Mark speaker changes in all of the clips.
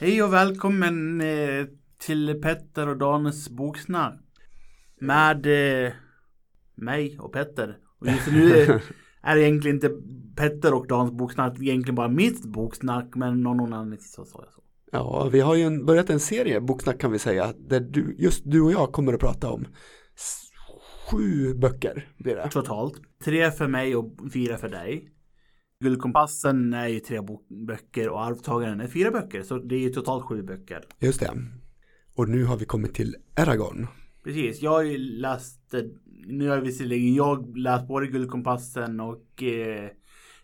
Speaker 1: Hej och välkommen eh, till Petter och Danes boksnack. Med eh, mig och Petter. Och just nu eh, är det egentligen inte Petter och Dans boksnack, det är egentligen bara mitt boksnack. Men någon annan så sa jag så.
Speaker 2: Ja, vi har ju en, börjat en serie, Boksnack kan vi säga, där du, just du och jag kommer att prata om s- sju böcker. Blir det.
Speaker 1: Totalt. Tre för mig och fyra för dig. Guldkompassen är ju tre bo- böcker och Arvtagaren är fyra böcker. Så det är ju totalt sju böcker.
Speaker 2: Just det. Och nu har vi kommit till Eragon.
Speaker 1: Precis, jag har ju läst, eh, nu har visserligen jag läst både Guldkompassen och eh,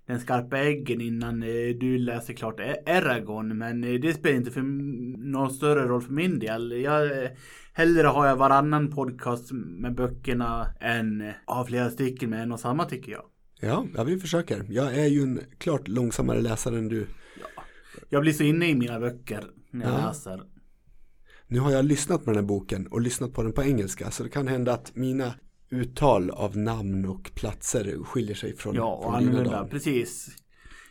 Speaker 1: Den skarpa äggen innan eh, du läste klart E- Eragon. Men eh, det spelar inte för m- någon större roll för min del. Jag, eh, hellre har jag varannan podcast med böckerna än eh, har flera stycken med en och samma tycker jag.
Speaker 2: Ja, ja, vi försöker. Jag är ju en klart långsammare läsare än du.
Speaker 1: Jag blir så inne i mina böcker när jag
Speaker 2: Ja.
Speaker 1: läser.
Speaker 2: Nu har jag lyssnat på den här boken och lyssnat på den på engelska, så det kan hända att mina uttal av namn och platser skiljer sig från,
Speaker 1: Ja, och
Speaker 2: från dina.
Speaker 1: annorlunda,
Speaker 2: Dan.
Speaker 1: precis.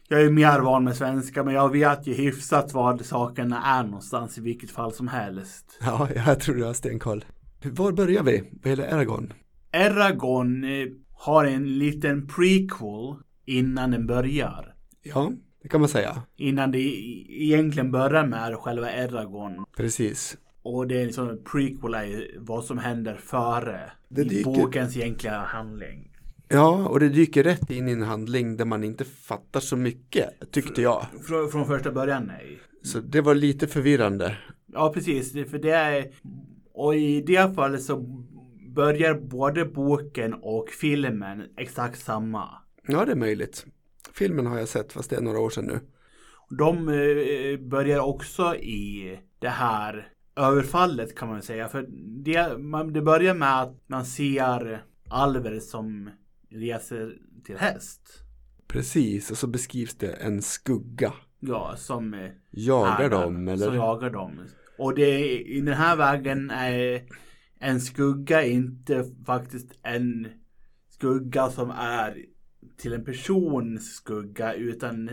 Speaker 1: Jag är mer van med svenska men jag vet ju hyfsat var sakerna är någonstans i vilket fall som helst.
Speaker 2: Ja, jag tror du har stenkoll. Var börjar vi vad gäller Eragon?
Speaker 1: Eragon eh, har en liten prequel innan den börjar.
Speaker 2: Ja, det kan man säga.
Speaker 1: Innan det e- egentligen börjar med själva Eragon.
Speaker 2: Precis.
Speaker 1: Och det är en sån prequel är ju vad som händer före.
Speaker 2: Det
Speaker 1: I
Speaker 2: dyker-
Speaker 1: bokens egentliga handling.
Speaker 2: Ja, och det dyker rätt in i en handling där man inte fattar så mycket, tyckte jag.
Speaker 1: Frå- från första början nej.
Speaker 2: Så det var lite förvirrande.
Speaker 1: Ja precis, Det- för det är och i det fallet så börjar både boken och filmen exakt samma.
Speaker 2: Ja, det är möjligt. Filmen har jag sett, fast det är några år sedan nu.
Speaker 1: De eh, börjar också i det här överfallet kan man säga. För det, man, det börjar med att man ser Alver som reser till häst.
Speaker 2: Precis, och så beskrivs det en skugga.
Speaker 1: Ja, som eh,
Speaker 2: Jagar
Speaker 1: är där,
Speaker 2: dem, eller?
Speaker 1: Som jagar dem. Och det, i den här vägen är en skugga inte faktiskt en skugga som är till en persons skugga utan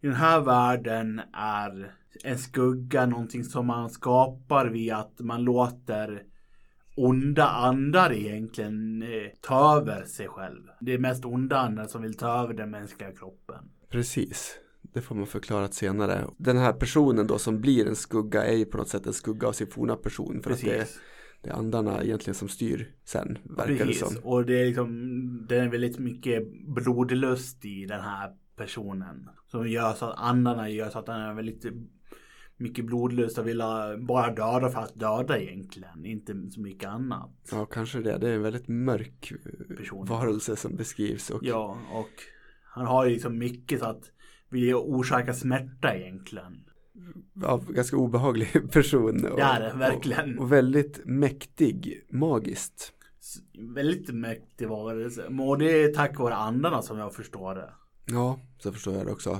Speaker 1: i den här världen är en skugga någonting som man skapar via att man låter onda andar egentligen eh, ta över sig själv. Det är mest onda andar som vill ta över den mänskliga kroppen.
Speaker 2: Precis, det får man förklarat senare. Den här personen då som blir en skugga är ju på något sätt en skugga av sin forna person. För att det är, det är andarna egentligen som styr sen, verkar det
Speaker 1: Precis,
Speaker 2: som.
Speaker 1: och det är liksom, det är väldigt mycket blodlust i den här personen. Som gör så att andarna gör så att han är väldigt mycket blodlust och vill ha- bara döda för att döda egentligen. Inte så mycket annat.
Speaker 2: Ja, kanske det. Det är en väldigt mörk eh,
Speaker 1: Person.
Speaker 2: varelse som beskrivs. Och,
Speaker 1: Ja, och han har ju liksom mycket så att vill orsaka smärta egentligen.
Speaker 2: ja, ganska obehaglig person. Och,
Speaker 1: Det är det, verkligen.
Speaker 2: Och, och väldigt mäktig, magiskt.
Speaker 1: S- Väldigt mäktig varelse. Och det är tack vare andarna som jag förstår det.
Speaker 2: Ja, så förstår jag det också.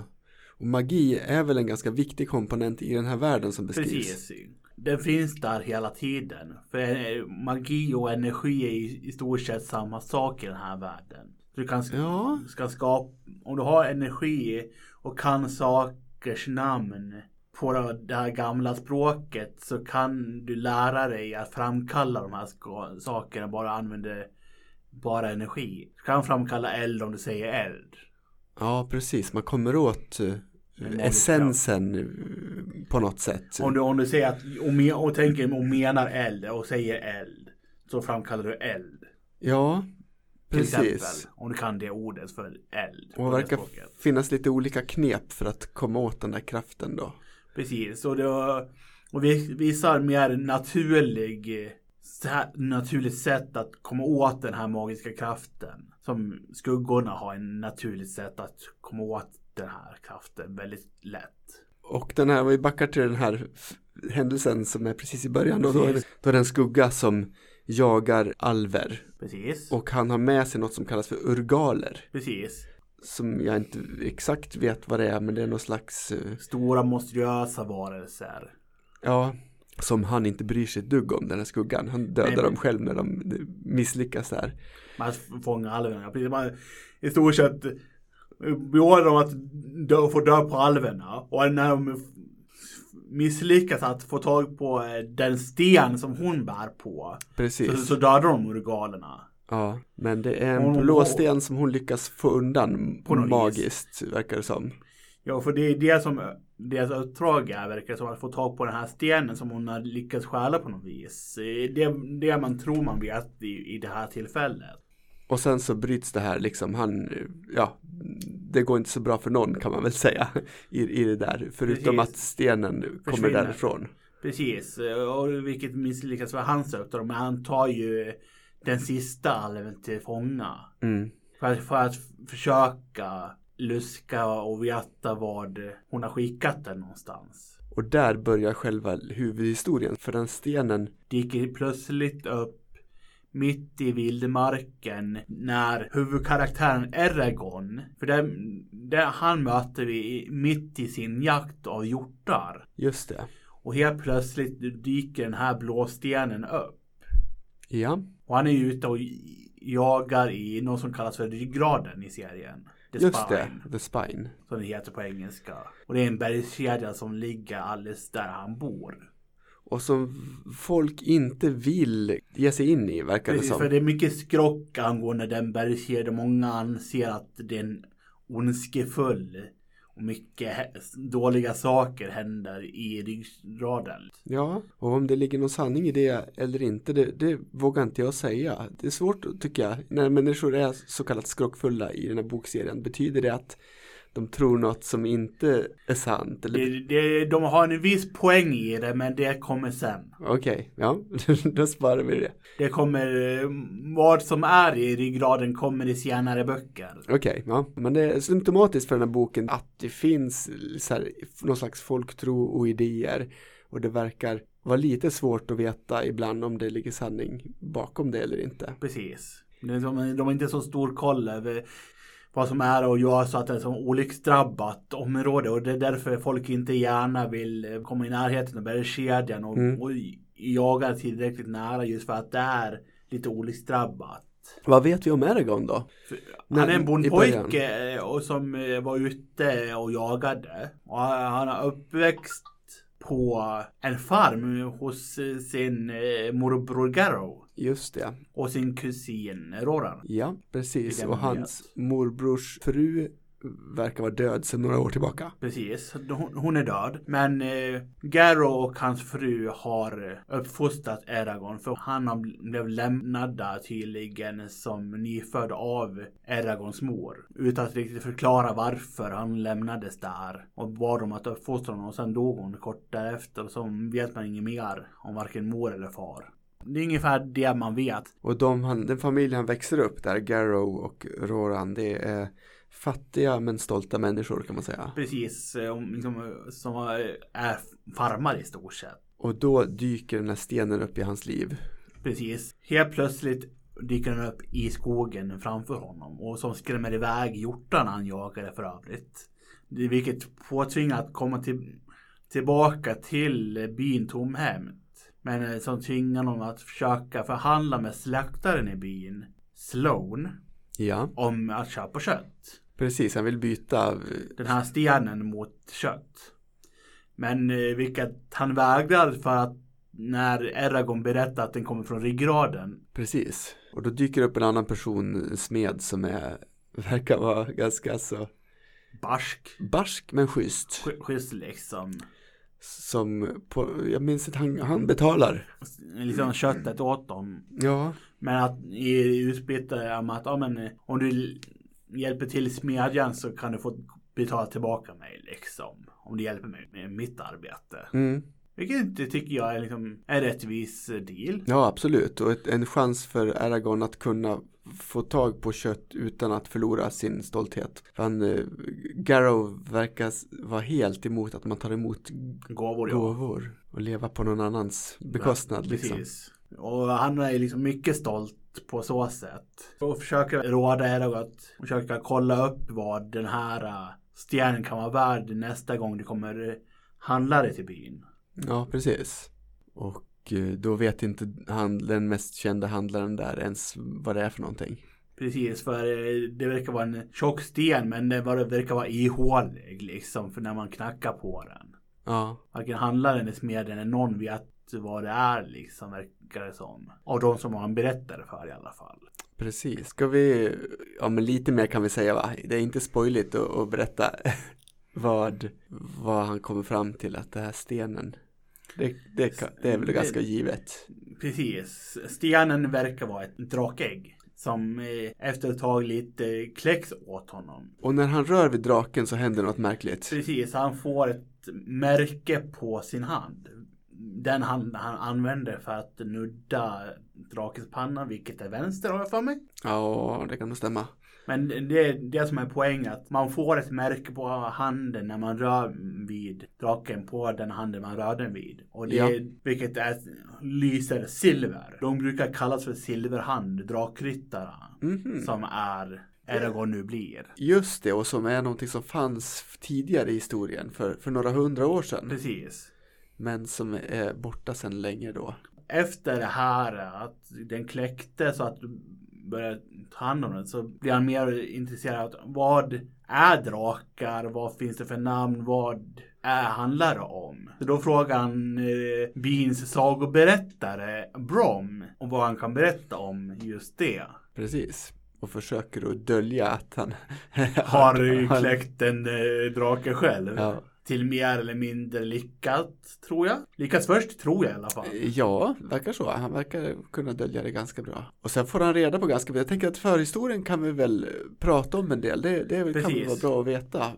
Speaker 2: Och magi är väl en ganska viktig komponent i den här världen som beskrivs.
Speaker 1: Precis. Den finns där hela tiden. För eh, magi och energi är i- i stort sett samma sak i den här världen. Du kan, sk-
Speaker 2: Ja.
Speaker 1: ska skapa, om du har energi och kan sakers namn på det här gamla språket så kan du lära dig att framkalla de här ska- sakerna bara använder bara energi. Du kan framkalla eld om du säger eld.
Speaker 2: Ja, precis. Man kommer åt eh,
Speaker 1: magiska.
Speaker 2: essensen eh, på något sätt.
Speaker 1: Om du, om du säger att, och, me, och tänker och menar eld och säger eld så framkallar du eld.
Speaker 2: Ja,
Speaker 1: Till
Speaker 2: precis.
Speaker 1: exempel. Om du kan det ordet för eld.
Speaker 2: Och
Speaker 1: på
Speaker 2: det
Speaker 1: det
Speaker 2: verkar
Speaker 1: språket.
Speaker 2: finnas lite olika knep för att komma åt den där kraften då.
Speaker 1: Precis. Och, det, och vi visar mer naturlig, så här- naturligt sätt att komma åt den här magiska kraften. Som skuggorna har en naturligt sätt att komma åt den här kraften väldigt lätt.
Speaker 2: Och den här, vi backar till den här f- händelsen som är precis i början då. Då är, det, då är det en skugga som jagar alver.
Speaker 1: Precis.
Speaker 2: Och han har med sig något som kallas för urgaler.
Speaker 1: Precis.
Speaker 2: som jag inte exakt vet vad det är men det är någon slags eh,
Speaker 1: Stora monstruösa varelser.
Speaker 2: Ja, som han inte bryr sig ett dugg om den här skuggan. Han dödar
Speaker 1: Nej, men-
Speaker 2: dem själv när de misslyckas där.
Speaker 1: Man fångar alven. Ja, precis. Man, I stort sett beordrar dem att dö, få dö på alven. Ja. Och när de f- misslyckas att få tag på eh, den sten som hon bär på.
Speaker 2: Precis.
Speaker 1: Så, så dödar de urgalerna.
Speaker 2: Ja, men det är en
Speaker 1: Hon-
Speaker 2: blåsten som hon lyckas få undan
Speaker 1: På något
Speaker 2: magiskt verkar det som.
Speaker 1: Ja, för det är det som deras uppdrag är, verkar det som, att få tag på den här stenen som hon har lyckats stjäla på något vis. Eh, Det är det man tror man vet i, i det här tillfället.
Speaker 2: Och sen så bryts det här liksom, han, ja, det går inte så bra för någon kan man väl säga i, i det där. Förutom
Speaker 1: Precis.
Speaker 2: att stenen kommer
Speaker 1: Försvinner.
Speaker 2: därifrån.
Speaker 1: Precis, eh, och vilket misslyckas var hans uppdrag, men han tar ju den sista alven till fånga.
Speaker 2: Mm.
Speaker 1: För att, för att försöka luska och veta vad hon har skickat den någonstans.
Speaker 2: Och där börjar själva huvudhistorien. För den stenen,
Speaker 1: Dyker plötsligt upp mitt i vildmarken när huvudkaraktären Eragon, för den, den, han möter vi i- mitt i sin jakt av hjortar.
Speaker 2: just det.
Speaker 1: Och helt plötsligt dyker den här blåstenen upp.
Speaker 2: Ja,
Speaker 1: Och han är ute och jagar i något som kallas för ryggraden i serien. The
Speaker 2: just
Speaker 1: Spine.
Speaker 2: det. The Spine.
Speaker 1: som det heter på engelska. Och det är en bergskedja som ligger alldeles där han bor.
Speaker 2: Och som folk inte vill ge sig in i verkar det
Speaker 1: Precis, för
Speaker 2: som.
Speaker 1: det är mycket skrock angående den bergskedjan. Många anser att det är en ondskefull och mycket hä- dåliga saker händer i ryggraden.
Speaker 2: Ja, och om det ligger någon sanning i det eller inte, det, det vågar inte jag säga. Det är svårt tycker jag, när människor är så kallat skrockfulla i den här bokserien. Betyder det att de tror något som inte är sant? Eller...
Speaker 1: Det, det, de har en viss poäng i det, men det kommer sen.
Speaker 2: Okej, ja, då sparar vi det.
Speaker 1: Det kommer, eh, vad som är i ryggraden kommer i senare böcker.
Speaker 2: Okej, ja. Men det är symptomatiskt för den här boken att det finns så här, någon slags folktro och idéer. Och det verkar vara lite svårt att veta ibland om det ligger sanning bakom det eller inte.
Speaker 1: Precis. Det är som- De har inte så stor koll över vad som är och gör så att det är ett sånt olycksdrabbat område och det är därför folk inte gärna vill eh, komma i närheten av bergskedjan och,
Speaker 2: Mm.
Speaker 1: och jaga tillräckligt nära just för att det är lite olycksdrabbat.
Speaker 2: Vad vet vi om Eragon då? Nej,
Speaker 1: han är
Speaker 2: i
Speaker 1: en bondpojke eh, och som eh, var ute och jagade. Och han han har uppväxt på en farm hos eh, sin eh, morbror Garrow
Speaker 2: Just det.
Speaker 1: och sin kusin Roran.
Speaker 2: Ja, precis.
Speaker 1: Vilken
Speaker 2: Och hans morbrors fru verkar vara död sedan några år tillbaka.
Speaker 1: Precis, hon, hon är död. Men eh, Garrow och hans fru har eh, uppfostrat Eragon för han har bl- blev lämnad där tydligen som nyfödd av Eragons mor. Utan att riktigt förklara varför han lämnades där och bad om att uppfostra honom och sen dog hon kort därefter och så vet man inget mer om varken mor eller far. Det är ungefär det man vet.
Speaker 2: Och de, han, den familj han växer upp där, Garrow och Roran, det är fattiga men stolta människor kan man säga.
Speaker 1: Precis, eh, om- liksom, eh, som eh, är farmar i stort sett.
Speaker 2: Och då dyker den här stenen upp i hans liv.
Speaker 1: Precis. Helt plötsligt dyker den upp i skogen framför honom och som skrämmer iväg hjortarna han jagade för övrigt. Det- Vilket påtvingar att komma till, tillbaka till byn tomhämt. Men eh, som tvingar honom att försöka förhandla med slaktaren i byn, Sloan,
Speaker 2: Ja,
Speaker 1: om att köpa kött.
Speaker 2: precis. Han vill byta. eh,
Speaker 1: Den här stenen mot kött. Men eh, vilket han vägrar för att när Eragon berättar att den kommer från ryggraden
Speaker 2: Precis. Och då dyker upp en annan person, en smed, som är, verkar vara ganska så
Speaker 1: barsk
Speaker 2: barsk men schysst.
Speaker 1: sch- schysst liksom.
Speaker 2: Som, på, jag minns att han, han betalar.
Speaker 1: Liksom köttet åt dem.
Speaker 2: Ja,
Speaker 1: Men att i utbyte om att ja, men, om du l- hjälper till i smedjan så kan du få betala tillbaka mig liksom. Om du hjälper mig med mitt arbete.
Speaker 2: mm.
Speaker 1: Vilket det tycker jag är liksom en rättvis deal.
Speaker 2: Ja, absolut. Och ett, en chans för Aragorn att kunna få tag på kött utan att förlora sin stolthet. För han, eh, Garrow verkar s- vara helt emot att man tar emot
Speaker 1: Gåvor ja.
Speaker 2: gåvor och leva på någon annans bekostnad. Liksom.
Speaker 1: Precis. Och han är liksom mycket stolt rätt på så sätt. Och försöka råda er att försöka kolla upp vad den här eh, stjärnan kan vara värd nästa gång det kommer handlare till byn.
Speaker 2: Ja, precis. Och eh, då vet inte han, den mest kända handlaren där ens vad det är för någonting.
Speaker 1: Precis, för eh, det verkar vara en tjock sten men den var- verkar vara ihålig liksom för när man knackar på den.
Speaker 2: Ja,
Speaker 1: Varken handlaren, smeden eller någon vet vad det är liksom verkar det som. Av de som har en berättare för i alla fall.
Speaker 2: precis. Ska vi, ja men lite mer kan vi säga va? Det är inte spoiligt att, att berätta vad, vad han kommer fram till att det här stenen, det, det, kan- det är väl ganska givet.
Speaker 1: Precis. Stenen verkar vara ett drakägg. Som eh, efter ett tag lite kläcks åt honom.
Speaker 2: Och när han rör vid draken så händer något märkligt.
Speaker 1: Precis, han får ett märke på sin hand. Den hand han använder för att nudda drakens panna, vilket är vänster har jag för mig.
Speaker 2: Ja, det kan nog stämma.
Speaker 1: Men det är det som är poängen, att man får ett märke på handen när man rör vid draken på den handen man rör den vid. Och det,
Speaker 2: Ja.
Speaker 1: vilket är, lyser silver. De brukar kallas för silverhand, drakryttarna.
Speaker 2: Mhm.
Speaker 1: Som är Eragon nu blir.
Speaker 2: Just det, och som är någonting som fanns tidigare i historien för, för några hundra år sedan.
Speaker 1: Precis.
Speaker 2: Men som är borta sedan länge då.
Speaker 1: Efter det här att den kläckte så att du började ta hand om den så blir han mer intresserad av vad är drakar? Vad finns det för namn? Vad är handlar det om? Så då frågar han eh, byns sagoberättare Brom om vad han kan berätta om just det.
Speaker 2: Precis. Och försöker att dölja att han
Speaker 1: Har ju kläckt en eh, drake själv.
Speaker 2: Ja.
Speaker 1: Till mer eller mindre lyckat tror jag. Lyckats först tror jag i alla fall.
Speaker 2: Ja, verkar så. Han verkar kunna dölja det ganska bra. Och sen får han reda på ganska mycket. Jag tänker att förhistorien kan vi väl prata om en del. Det, det är väl- kan väl vara
Speaker 1: Precis.
Speaker 2: bra att veta eh,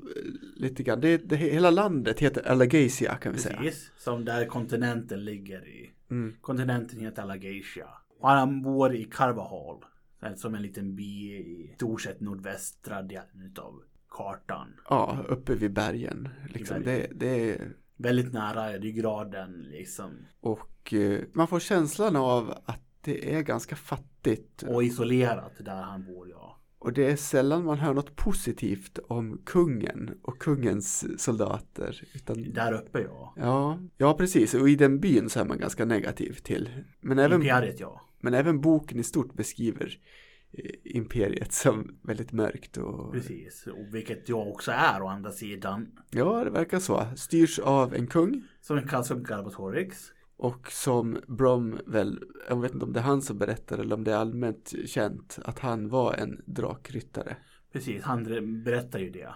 Speaker 2: lite grann. Det, det, hela landet heter Alagasia kan vi säga.
Speaker 1: Precis, som där kontinenten ligger i.
Speaker 2: Mm.
Speaker 1: Kontinenten heter Alagasia. Och han bor i Carvahall. Som en liten by i stort sett nordvästra delen utav kartan.
Speaker 2: Ja, uppe vid bergen. Liksom.
Speaker 1: bergen.
Speaker 2: Det, det är
Speaker 1: Väldigt nära ryggraden liksom.
Speaker 2: Och eh, man får känslan av att det är ganska fattigt.
Speaker 1: Och isolerat där han bor ja.
Speaker 2: Och det är sällan man hör något positivt om kungen och kungens soldater. Utan,
Speaker 1: Där uppe ja.
Speaker 2: ja, ja, precis. Och i den byn så är man ganska negativ till. Men även,
Speaker 1: Imperiet ja.
Speaker 2: men även boken i stort beskriver eh, imperiet som väldigt mörkt. Och,
Speaker 1: Precis. Och vilket jag också är å andra sidan.
Speaker 2: ja, det verkar så. Styrs av en kung.
Speaker 1: Som kallas för Galbatorix.
Speaker 2: Och som Brom väl, jag vet inte om det är han som berättar eller om det är allmänt känt att han var en drakryttare.
Speaker 1: Precis, han berättar ju det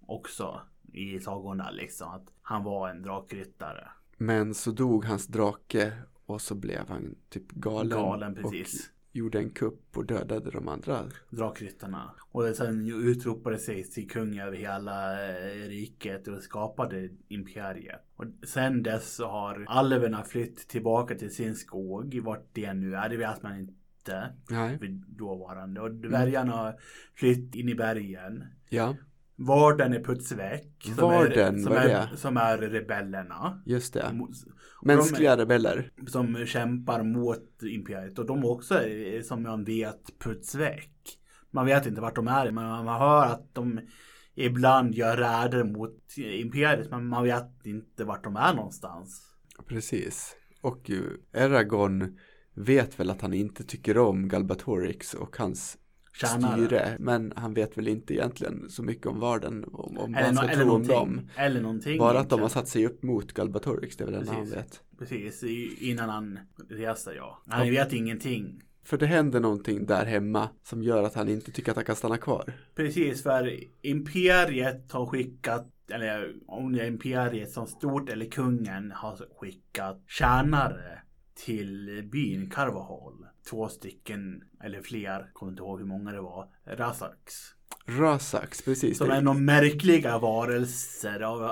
Speaker 1: också i sagorna liksom. Att han var en drakryttare.
Speaker 2: Men så dog hans drake och så blev han typ galen.
Speaker 1: Galen precis.
Speaker 2: Och gjorde en kupp och dödade de andra.
Speaker 1: Drakryttarna. Och sen utropade sig till kung över hela eh, riket och skapade imperiet. Och sen dess så har alverna flytt tillbaka till sin skog. Vart det nu är, det vet man inte.
Speaker 2: Nej.
Speaker 1: Vid dåvarande. Och
Speaker 2: Mm.
Speaker 1: dvärgarna har flytt in i bergen.
Speaker 2: Ja,
Speaker 1: Varden är putsväck.
Speaker 2: Varden,
Speaker 1: är, som,
Speaker 2: vad är
Speaker 1: är,
Speaker 2: det?
Speaker 1: som är rebellerna.
Speaker 2: just det.
Speaker 1: Mo-
Speaker 2: Mänskliga rebeller.
Speaker 1: som kämpar mot imperiet och de
Speaker 2: Mm.
Speaker 1: också är, som man vet putsväck. Man vet inte vart de är men man hör att de ibland gör räder mot imperiet men man vet inte vart de är någonstans.
Speaker 2: Precis. Och ju, Eragon vet väl att han inte tycker om Galbatorix och hans
Speaker 1: Tjänare.
Speaker 2: styre. Men han vet väl inte egentligen så mycket om varden. Om, om vad
Speaker 1: Eller,
Speaker 2: han
Speaker 1: nå-
Speaker 2: ska
Speaker 1: eller,
Speaker 2: tro om dem.
Speaker 1: någonting, eller någonting.
Speaker 2: Bara att de har
Speaker 1: egentligen.
Speaker 2: satt sig upp mot Galbatorix, det är väl det enda han
Speaker 1: Precis.
Speaker 2: vet.
Speaker 1: Precis, i- innan han reser ja. Han vet ingenting.
Speaker 2: För det händer någonting där hemma som gör att han inte tycker att han kan stanna kvar.
Speaker 1: Precis, för imperiet har skickat, eller om det är imperiet som stort eller kungen har skickat tjänare till byn Carvahall. Två stycken, eller fler, kommer inte ihåg hur många det var, Razaks.
Speaker 2: Rasax, precis.
Speaker 1: Som
Speaker 2: Det-
Speaker 1: är några märkliga varelser av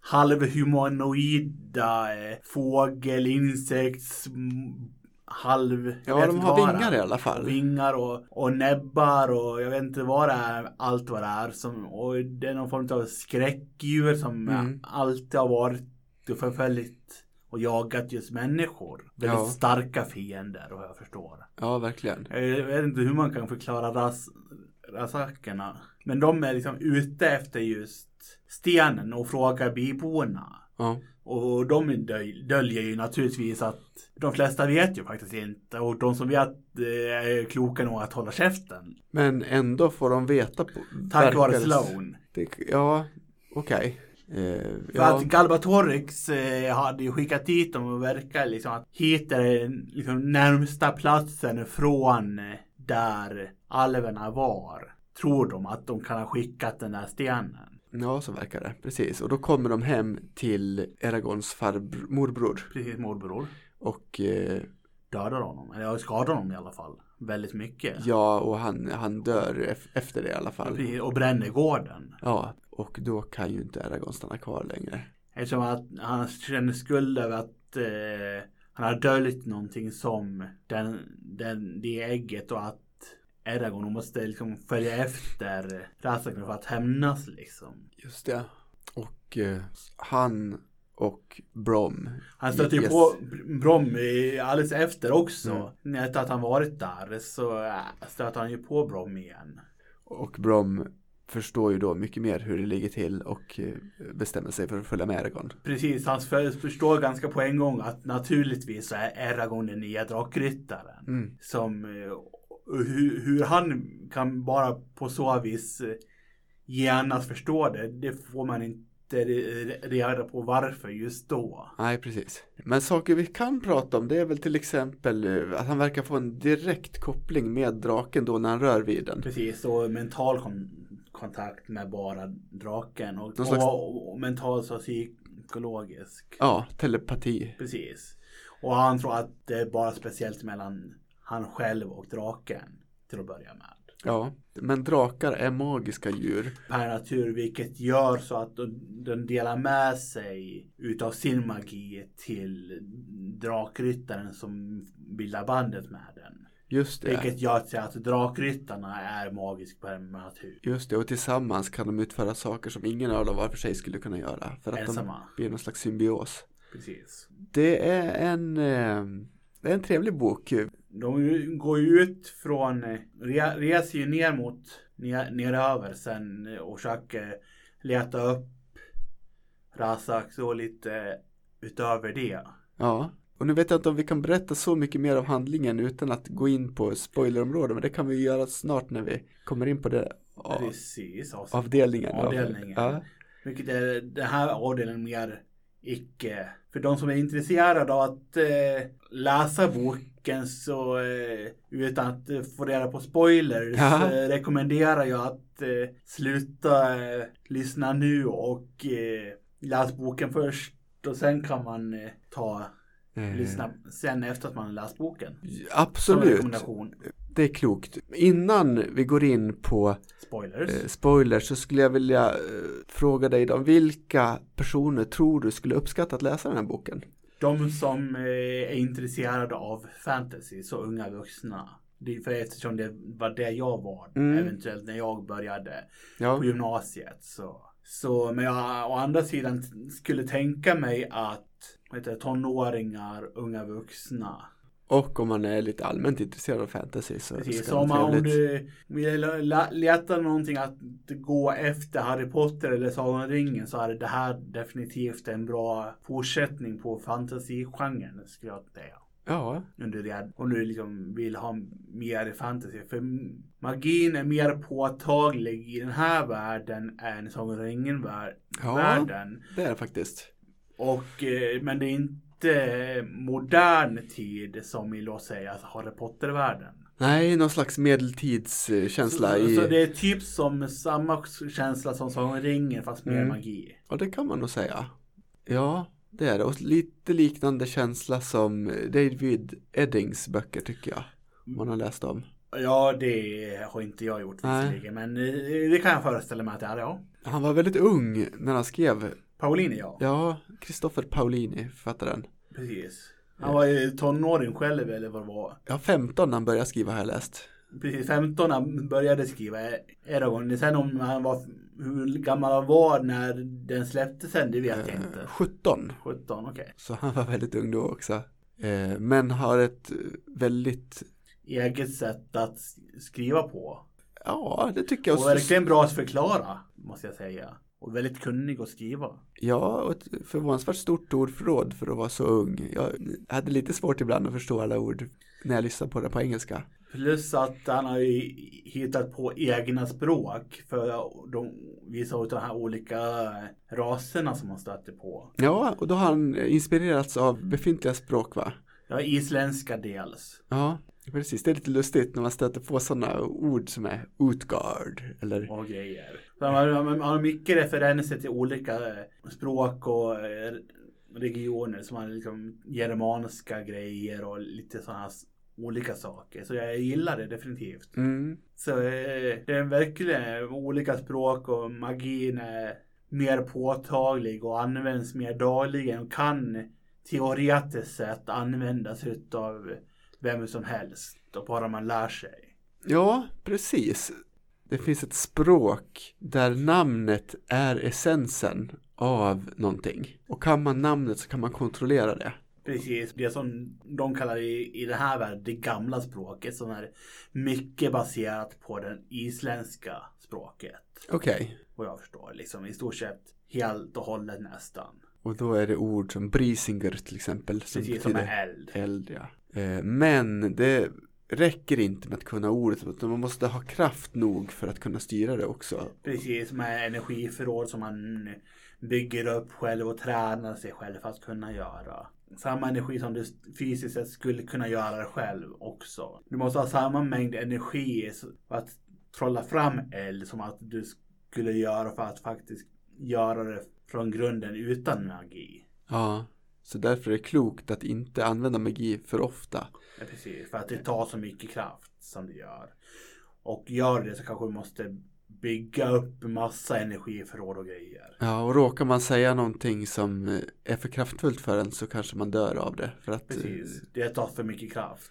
Speaker 1: halvhumanoida eh, fågel, insekts, m- halv... jag
Speaker 2: Ja,
Speaker 1: vet
Speaker 2: de
Speaker 1: inte
Speaker 2: har
Speaker 1: vad det är.
Speaker 2: vingar i alla fall.
Speaker 1: vingar och, och näbbar och jag vet inte vad det är, allt vad det är. Som, och det är någon form av skräckdjur som
Speaker 2: Mm.
Speaker 1: alltid har varit och förföljt och jagat just människor. Väldigt
Speaker 2: Ja.
Speaker 1: starka fiender och jag förstår.
Speaker 2: Ja, verkligen.
Speaker 1: Jag vet inte hur man kan förklara ras, rasakerna. Men de är liksom ute efter just stenen och frågar biborna.
Speaker 2: Ja,
Speaker 1: Och de döl- döljer ju naturligtvis att de flesta vet ju faktiskt inte. Och de som vet eh, är kloka nog att hålla käften.
Speaker 2: men ändå får de veta på.
Speaker 1: Tack vare
Speaker 2: verkar det-
Speaker 1: Sloan.
Speaker 2: Det, ja, okej. Eh,
Speaker 1: För
Speaker 2: ja,
Speaker 1: att Galbatorix eh, hade ju skickat dit dem och verkar liksom att hit är den liksom, närmsta platsen från eh, där alverna var. Tror de att de kan ha skickat den där stenen.
Speaker 2: ja, så verkar det. Precis. Och då kommer de hem till Eragons farbr- morbror
Speaker 1: Precis morbror.
Speaker 2: och eh,
Speaker 1: Dödar honom, eller skadar honom i alla fall. Väldigt mycket.
Speaker 2: ja, och han, han dör ef- efter det i alla fall.
Speaker 1: Precis, Och bränner gården.
Speaker 2: Ja, och då kan ju inte Eragon stanna kvar längre.
Speaker 1: Eftersom att han känner skuld över att eh, han har döljt någonting som den, den, det ägget och att Eragon måste liksom följa efter Razakne för att hämnas liksom.
Speaker 2: Just det. Och eh, han och Brom.
Speaker 1: Han stöter ju
Speaker 2: Yes.
Speaker 1: på Brom i- alldeles efter också.
Speaker 2: Mm.
Speaker 1: Mm. Efter att han varit där så äh, stöter han ju på Brom igen.
Speaker 2: Och Brom förstår ju då mycket mer hur det ligger till och eh, bestämmer sig för att följa med Eragon.
Speaker 1: Precis, han för- förstår ganska på en gång att naturligtvis så är Eragon den nya drakryttaren.
Speaker 2: Mm.
Speaker 1: som eh, och hur, hur han kan bara på så vis eh, genast förstå det. Det får man inte re- re- reda på varför just då.
Speaker 2: Nej, precis. Men saker vi kan prata om det är väl till exempel eh, att han verkar få en direkt koppling med draken då när han rör vid den.
Speaker 1: Precis, och mental kon- kontakt med bara draken och,
Speaker 2: Någon slags-
Speaker 1: och, och mental så psykologisk.
Speaker 2: Ja, telepati.
Speaker 1: Precis. Och han tror att det är bara speciellt mellan han själv och draken till att börja med.
Speaker 2: Ja, men drakar är magiska djur.
Speaker 1: per natur vilket gör så att de- den delar med sig utav sin magi till drakryttaren som bildar bandet med den.
Speaker 2: Just det.
Speaker 1: Vilket gör till att drakryttarna är magisk per natur.
Speaker 2: Just det, och tillsammans kan de utföra saker som ingen av dem var för sig skulle kunna göra. För att
Speaker 1: Ensamma.
Speaker 2: de blir någon slags symbios.
Speaker 1: Precis.
Speaker 2: Det är en, eh, det är en trevlig bok.
Speaker 1: De ju- går ju ut från, re- reser ju ner mot, ner, neröver sen och försöker leta upp Razak och lite utöver det.
Speaker 2: Ja. Och nu vet jag inte om vi kan berätta så mycket mer av handlingen utan att gå in på spoilerområden. Men det kan vi ju göra snart när vi kommer in på det. Ja,
Speaker 1: Precis. avsnitt
Speaker 2: avdelningen.
Speaker 1: Avdelningen.
Speaker 2: Ja.
Speaker 1: Vilket är den här avdelningen mer icke. För de som är intresserade av att eh, läsa boken så eh, utan att eh, få reda på spoilers
Speaker 2: Ja.
Speaker 1: eh, rekommenderar jag att eh, sluta eh, lyssna nu och eh, läs boken först och sen kan man eh, ta
Speaker 2: Eh,
Speaker 1: lyssna sen efter att man har läst boken. Som en
Speaker 2: Absolut,
Speaker 1: rekommendation.
Speaker 2: det är klokt. Innan vi går in på
Speaker 1: Spoilers.
Speaker 2: eh, spoilers så skulle jag vilja eh, fråga dig då, vilka personer tror du skulle uppskatta att läsa den här boken?
Speaker 1: De som eh, är intresserade av fantasy, så unga vuxna. Det är för eftersom det var det jag var
Speaker 2: Mm.
Speaker 1: eventuellt när jag började
Speaker 2: Ja,
Speaker 1: på gymnasiet. Så, så men jag å andra sidan t- skulle tänka mig att vad heter det, tonåringar, unga vuxna.
Speaker 2: och om man är lite allmänt intresserad av fantasy så
Speaker 1: Precis,
Speaker 2: ska det
Speaker 1: om,
Speaker 2: vara
Speaker 1: om
Speaker 2: trevligt.
Speaker 1: du vill la- leta någonting att gå efter Harry Potter eller Sagan om ringen så är det här definitivt en bra fortsättning på fantasygenren skulle jag säga.
Speaker 2: Ja,
Speaker 1: om du, redan, om du liksom vill ha mer fantasy. För m- magin är mer påtaglig i den här världen än Sagan om ringen-världen.
Speaker 2: ja, det är det faktiskt.
Speaker 1: Och, eh, men det är inte modern tid som i låt säga alltså Harry Potter-världen.
Speaker 2: Nej, någon slags medeltidskänsla
Speaker 1: Så,
Speaker 2: i...
Speaker 1: så det är typ som samma känsla som Sagan om ringen fast mer
Speaker 2: Mm.
Speaker 1: magi.
Speaker 2: Ja, det kan man nog säga. Ja, det är det. Och lite liknande känsla som David Eddings böcker tycker jag. Om Man har läst dem.
Speaker 1: Ja, det har inte jag gjort
Speaker 2: Nej.
Speaker 1: visserligen. Men eh, det kan jag föreställa mig att det är. Ja.
Speaker 2: Han var väldigt ung när han skrev.
Speaker 1: Pauline, ja.
Speaker 2: Ja, Christopher Paolini författaren.
Speaker 1: Precis. Han var ju tonåring själv eller vad det var.
Speaker 2: Ja, 15 när han började skriva har jag läst.
Speaker 1: e- Precis, 15 när han började skriva Eragon. Sen om han var hur gammal han var när den släpptes sen, det vet
Speaker 2: Eh.
Speaker 1: jag inte.
Speaker 2: 17.
Speaker 1: 17, okej.
Speaker 2: Så han var väldigt ung då också. Eh, Men har ett eh, väldigt,
Speaker 1: Eget sätt att skriva på.
Speaker 2: ja det tycker jag.
Speaker 1: Och verkligen bra att förklara, måste jag säga. Och väldigt kunnig att skriva.
Speaker 2: Ja, och ett förvånansvärt stort ordförråd för att vara så ung. Jag hade lite svårt ibland att förstå alla ord när jag lyssnade på det på engelska.
Speaker 1: Plus att han har ju hittat på egna språk för de, vissa av de här olika raserna som han stötte på.
Speaker 2: Ja, och då har han inspirerats av befintliga språk va?
Speaker 1: Ja, isländska dels.
Speaker 2: Ja, precis. Det är lite lustigt när man stöter på sådana ord som är utgard eller
Speaker 1: och grejer. Så han har- han har mycket referenser till olika eh, språk och eh, regioner som har liksom germanska grejer och lite sådana olika saker. Så jag gillar det definitivt.
Speaker 2: mm.
Speaker 1: Så eh, det är verkligen olika språk och magin är mer påtaglig och används mer dagligen och kan teoretiskt sett användas utav vem som helst och bara man lär sig.
Speaker 2: Ja, precis. Det finns ett språk där namnet är essensen av någonting. Och kan man namnet så kan man kontrollera det.
Speaker 1: Precis, det som de kallar i, i den här världen det gamla språket som är mycket baserat på den isländska språket.
Speaker 2: Okej.
Speaker 1: Vad jag förstår, liksom i stort sett helt och hållet nästan.
Speaker 2: Och då är det ord som brisinger till exempel. Som
Speaker 1: Precis som
Speaker 2: betyder
Speaker 1: är eld.
Speaker 2: eld, ja. Eh, Men det räcker inte med att kunna ordet. Utan man måste ha kraft nog för att kunna styra det också.
Speaker 1: Precis, med energiförråd som man bygger upp själv och tränar sig själv för att kunna göra. Samma energi som du fysiskt sett skulle kunna göra det själv också. Du måste ha samma mängd energi för att trolla fram eld som att du skulle göra för att faktiskt göra det från grunden utan magi.
Speaker 2: Ja. Så därför är det klokt att inte använda magi för ofta.
Speaker 1: Ja, precis, för att det tar så mycket kraft som det gör. Och gör det så kanske du måste bygga upp massa energiförråd och grejer.
Speaker 2: Ja, och råkar man säga någonting som eh, är för kraftfullt för en så kanske man dör av det. För att, eh,
Speaker 1: Precis, det tar för mycket kraft.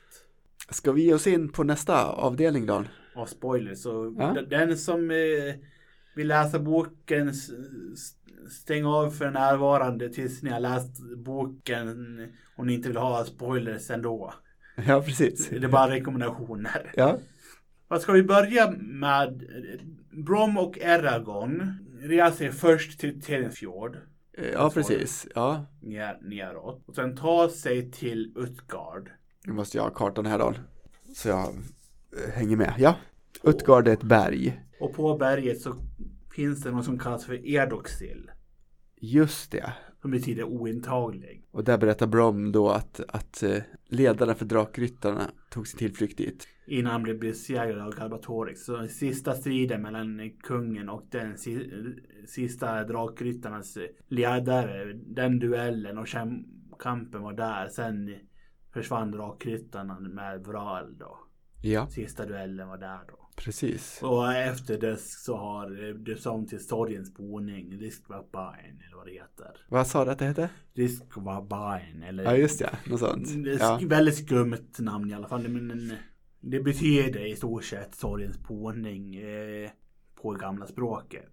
Speaker 2: Ska vi ge oss in på nästa avdelning då?
Speaker 1: Och spoilers, så
Speaker 2: Ja.
Speaker 1: d- den som eh, vill läsa boken s- s- stäng av för närvarande tills ni har läst boken och ni inte vill ha spoilers ändå.
Speaker 2: Ja, precis.
Speaker 1: Det är bara rekommendationer.
Speaker 2: Ja.
Speaker 1: Vad ska vi börja med? Brom och Eragon reser först till Terenfjord
Speaker 2: Eh, Ja, precis. Ja.
Speaker 1: ner, neråt och sen tar sig till Utgard.
Speaker 2: Nu måste jag ha kartan här då. Så jag eh, hänger med. Ja. Utgard är ett berg.
Speaker 1: Och på berget så finns det något som kallas för Edoxil.
Speaker 2: Just det.
Speaker 1: Som betyder ointaglig.
Speaker 2: Och där berättar Brom då att, att eh, ledarna för drakryttarna tog sin tillflykt dit.
Speaker 1: Innan han blev besegrad av Galbatorix. Så den sista striden mellan kungen och den si- sista drakryttarnas ledare. Den duellen och käm- kampen var där. Sen försvann drakryttarna med Vral då.
Speaker 2: Ja,
Speaker 1: Sista duellen var där då.
Speaker 2: precis.
Speaker 1: Och efter dess så har det som till sorgens boning. Riskvabain eller vad det heter.
Speaker 2: Vad sa du att det hette?
Speaker 1: Riskvabain eller
Speaker 2: Ja, just det. Något sånt.
Speaker 1: Det är
Speaker 2: Ja.
Speaker 1: sk- väldigt skumt namn i alla fall. Men en- det betyder i stort sett sorgens påning eh, på gamla språket.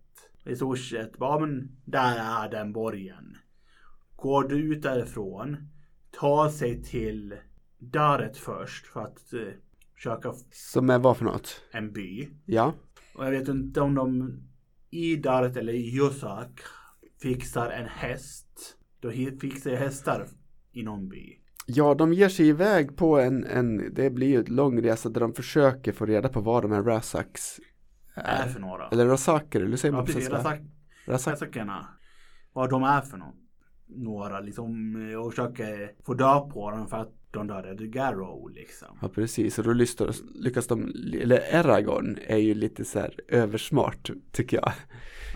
Speaker 1: I stort sett, ja men där är den borgen. Går du ut därifrån, ta sig till Daret först för att eh, försöka f-
Speaker 2: Som är vad för något?
Speaker 1: en by.
Speaker 2: Ja.
Speaker 1: Och jag vet inte om de i Daret eller i Yusak fixar en häst. De hi- fixar hästar i någon by.
Speaker 2: Ja, de ger sig iväg på en, en det blir ju en lång resa där de försöker få reda på vad de här Razaks
Speaker 1: Är
Speaker 2: är.
Speaker 1: för några.
Speaker 2: Eller Razaker, eller hur säger man
Speaker 1: Ja,
Speaker 2: på
Speaker 1: precis.
Speaker 2: svenska?
Speaker 1: Rasak-
Speaker 2: Razak.
Speaker 1: Rasakerna. Vad de är för någon. Några liksom. eh, Och försöker få död på dem för att de dödade Garrow liksom.
Speaker 2: Ja, precis. Och då lyckas, lyckas de, eller Eragon är ju lite så här översmart, tycker jag.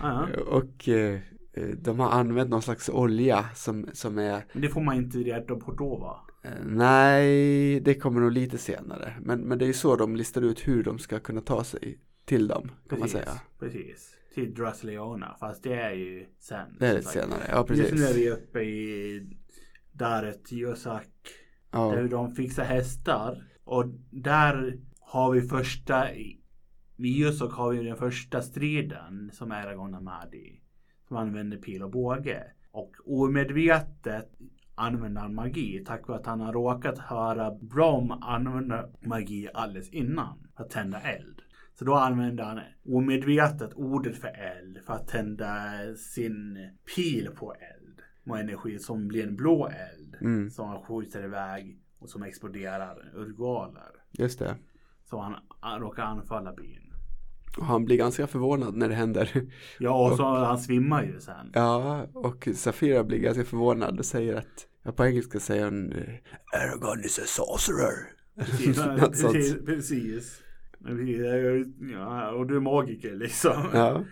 Speaker 1: Ja,
Speaker 2: Och eh, eh, de har använt någon slags olja som, som är,
Speaker 1: Men det får man inte reda på då va?
Speaker 2: eh, nej, det kommer nog lite senare. Men, men det är ju så de listar ut hur de ska kunna ta sig till dem, kan man
Speaker 1: Precis.
Speaker 2: säga.
Speaker 1: Precis. Till Drasleona. Fast det är ju sen.
Speaker 2: Det är
Speaker 1: som
Speaker 2: lite
Speaker 1: sagt.
Speaker 2: senare, ja precis.
Speaker 1: Just nu är vi uppe i Daret Yosak.
Speaker 2: Ja.
Speaker 1: Där de fixar hästar. Och där har vi första i- Miusok har ju den första striden som Eragon Amadi. Som använder pil och båge. Och omedvetet använder han magi tack vare att han har råkat höra Brom använda magi alldeles innan. För att tända eld. Så då använder han omedvetet ordet för eld för att tända sin pil på eld. Med energi som blir en blå eld.
Speaker 2: Mm.
Speaker 1: Som han skjuter iväg och som exploderar urgaler.
Speaker 2: Just det.
Speaker 1: Så han, han råkar anfalla byn.
Speaker 2: Och han blir ganska förvånad när det händer.
Speaker 1: Ja och så han svimmar ju sen.
Speaker 2: Ja, och Safira blir ganska förvånad och säger att, ja, på engelska säger hon eh, Aragorn is a sorcerer.
Speaker 1: Precis,
Speaker 2: Något sånt.
Speaker 1: precis, precis. Men vi är- Ja, och du är magiker liksom.
Speaker 2: Ja,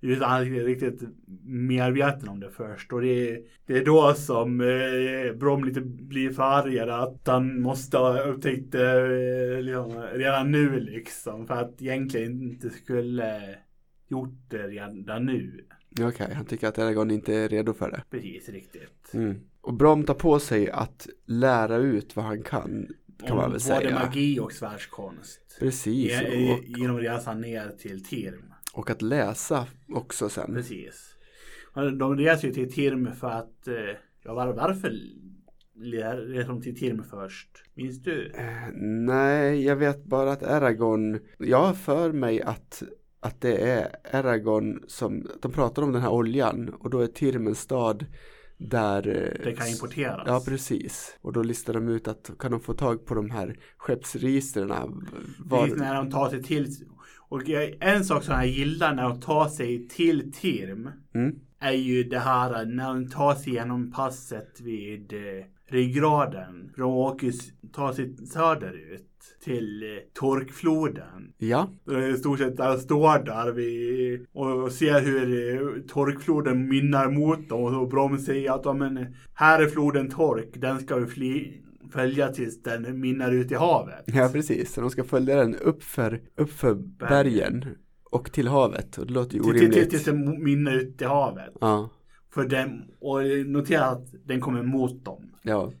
Speaker 1: Just han är inte riktigt medveten om det först. Och det är, det är då som eh, Brom lite blir förargad. Att han måste ha upptäckt det eh, liksom, redan nu liksom. För att egentligen inte skulle gjort det redan nu.
Speaker 2: okej, han tycker att Aragorn inte är redo för det.
Speaker 1: Precis riktigt.
Speaker 2: Mm. Och Brom tar på sig att lära ut vad han kan, kan
Speaker 1: Om
Speaker 2: man
Speaker 1: Både
Speaker 2: väl säga.
Speaker 1: magi och svärdskonst.
Speaker 2: Precis,
Speaker 1: Ge-
Speaker 2: och,
Speaker 1: Genom resan ner till Tirm.
Speaker 2: och att läsa också sen.
Speaker 1: Precis. Men De reser ju till Tirm för att, eh, ja var, varför reser de till Tirm först? Minns du?
Speaker 2: Eh, Nej, jag vet bara att Aragorn, jag har för mig att, att det är Aragorn som, de pratar om den här oljan och då är Tirm en stad där eh,
Speaker 1: Det kan importeras.
Speaker 2: Ja, precis. Och då listar de ut att kan de få tag på de här skeppsregistren? Var...
Speaker 1: Precis när de tar sig till. Och jag- en sak som jag gillar när de tar sig till Tirm
Speaker 2: Mm.
Speaker 1: är ju det här när de tar sig genom passet vid eh, ryggraden. De åker, s- tar sig söderut till eh, Torkfloden.
Speaker 2: Ja,
Speaker 1: Eh, I stort sett där står där vi och ser hur eh, torkfloden mynnar mot dem och så Brom säger att ja, men, här är floden tork, den ska vi fly- följa tills den mynnar ut i havet.
Speaker 2: ja precis. Så de ska följa den upp för, upp för bergen och till havet. Och det låter ju
Speaker 1: Till- till- till- Tills
Speaker 2: orimligt.
Speaker 1: den mynnar ut i havet.
Speaker 2: Ja,
Speaker 1: För den, och notera att den kommer mot dem.
Speaker 2: ja.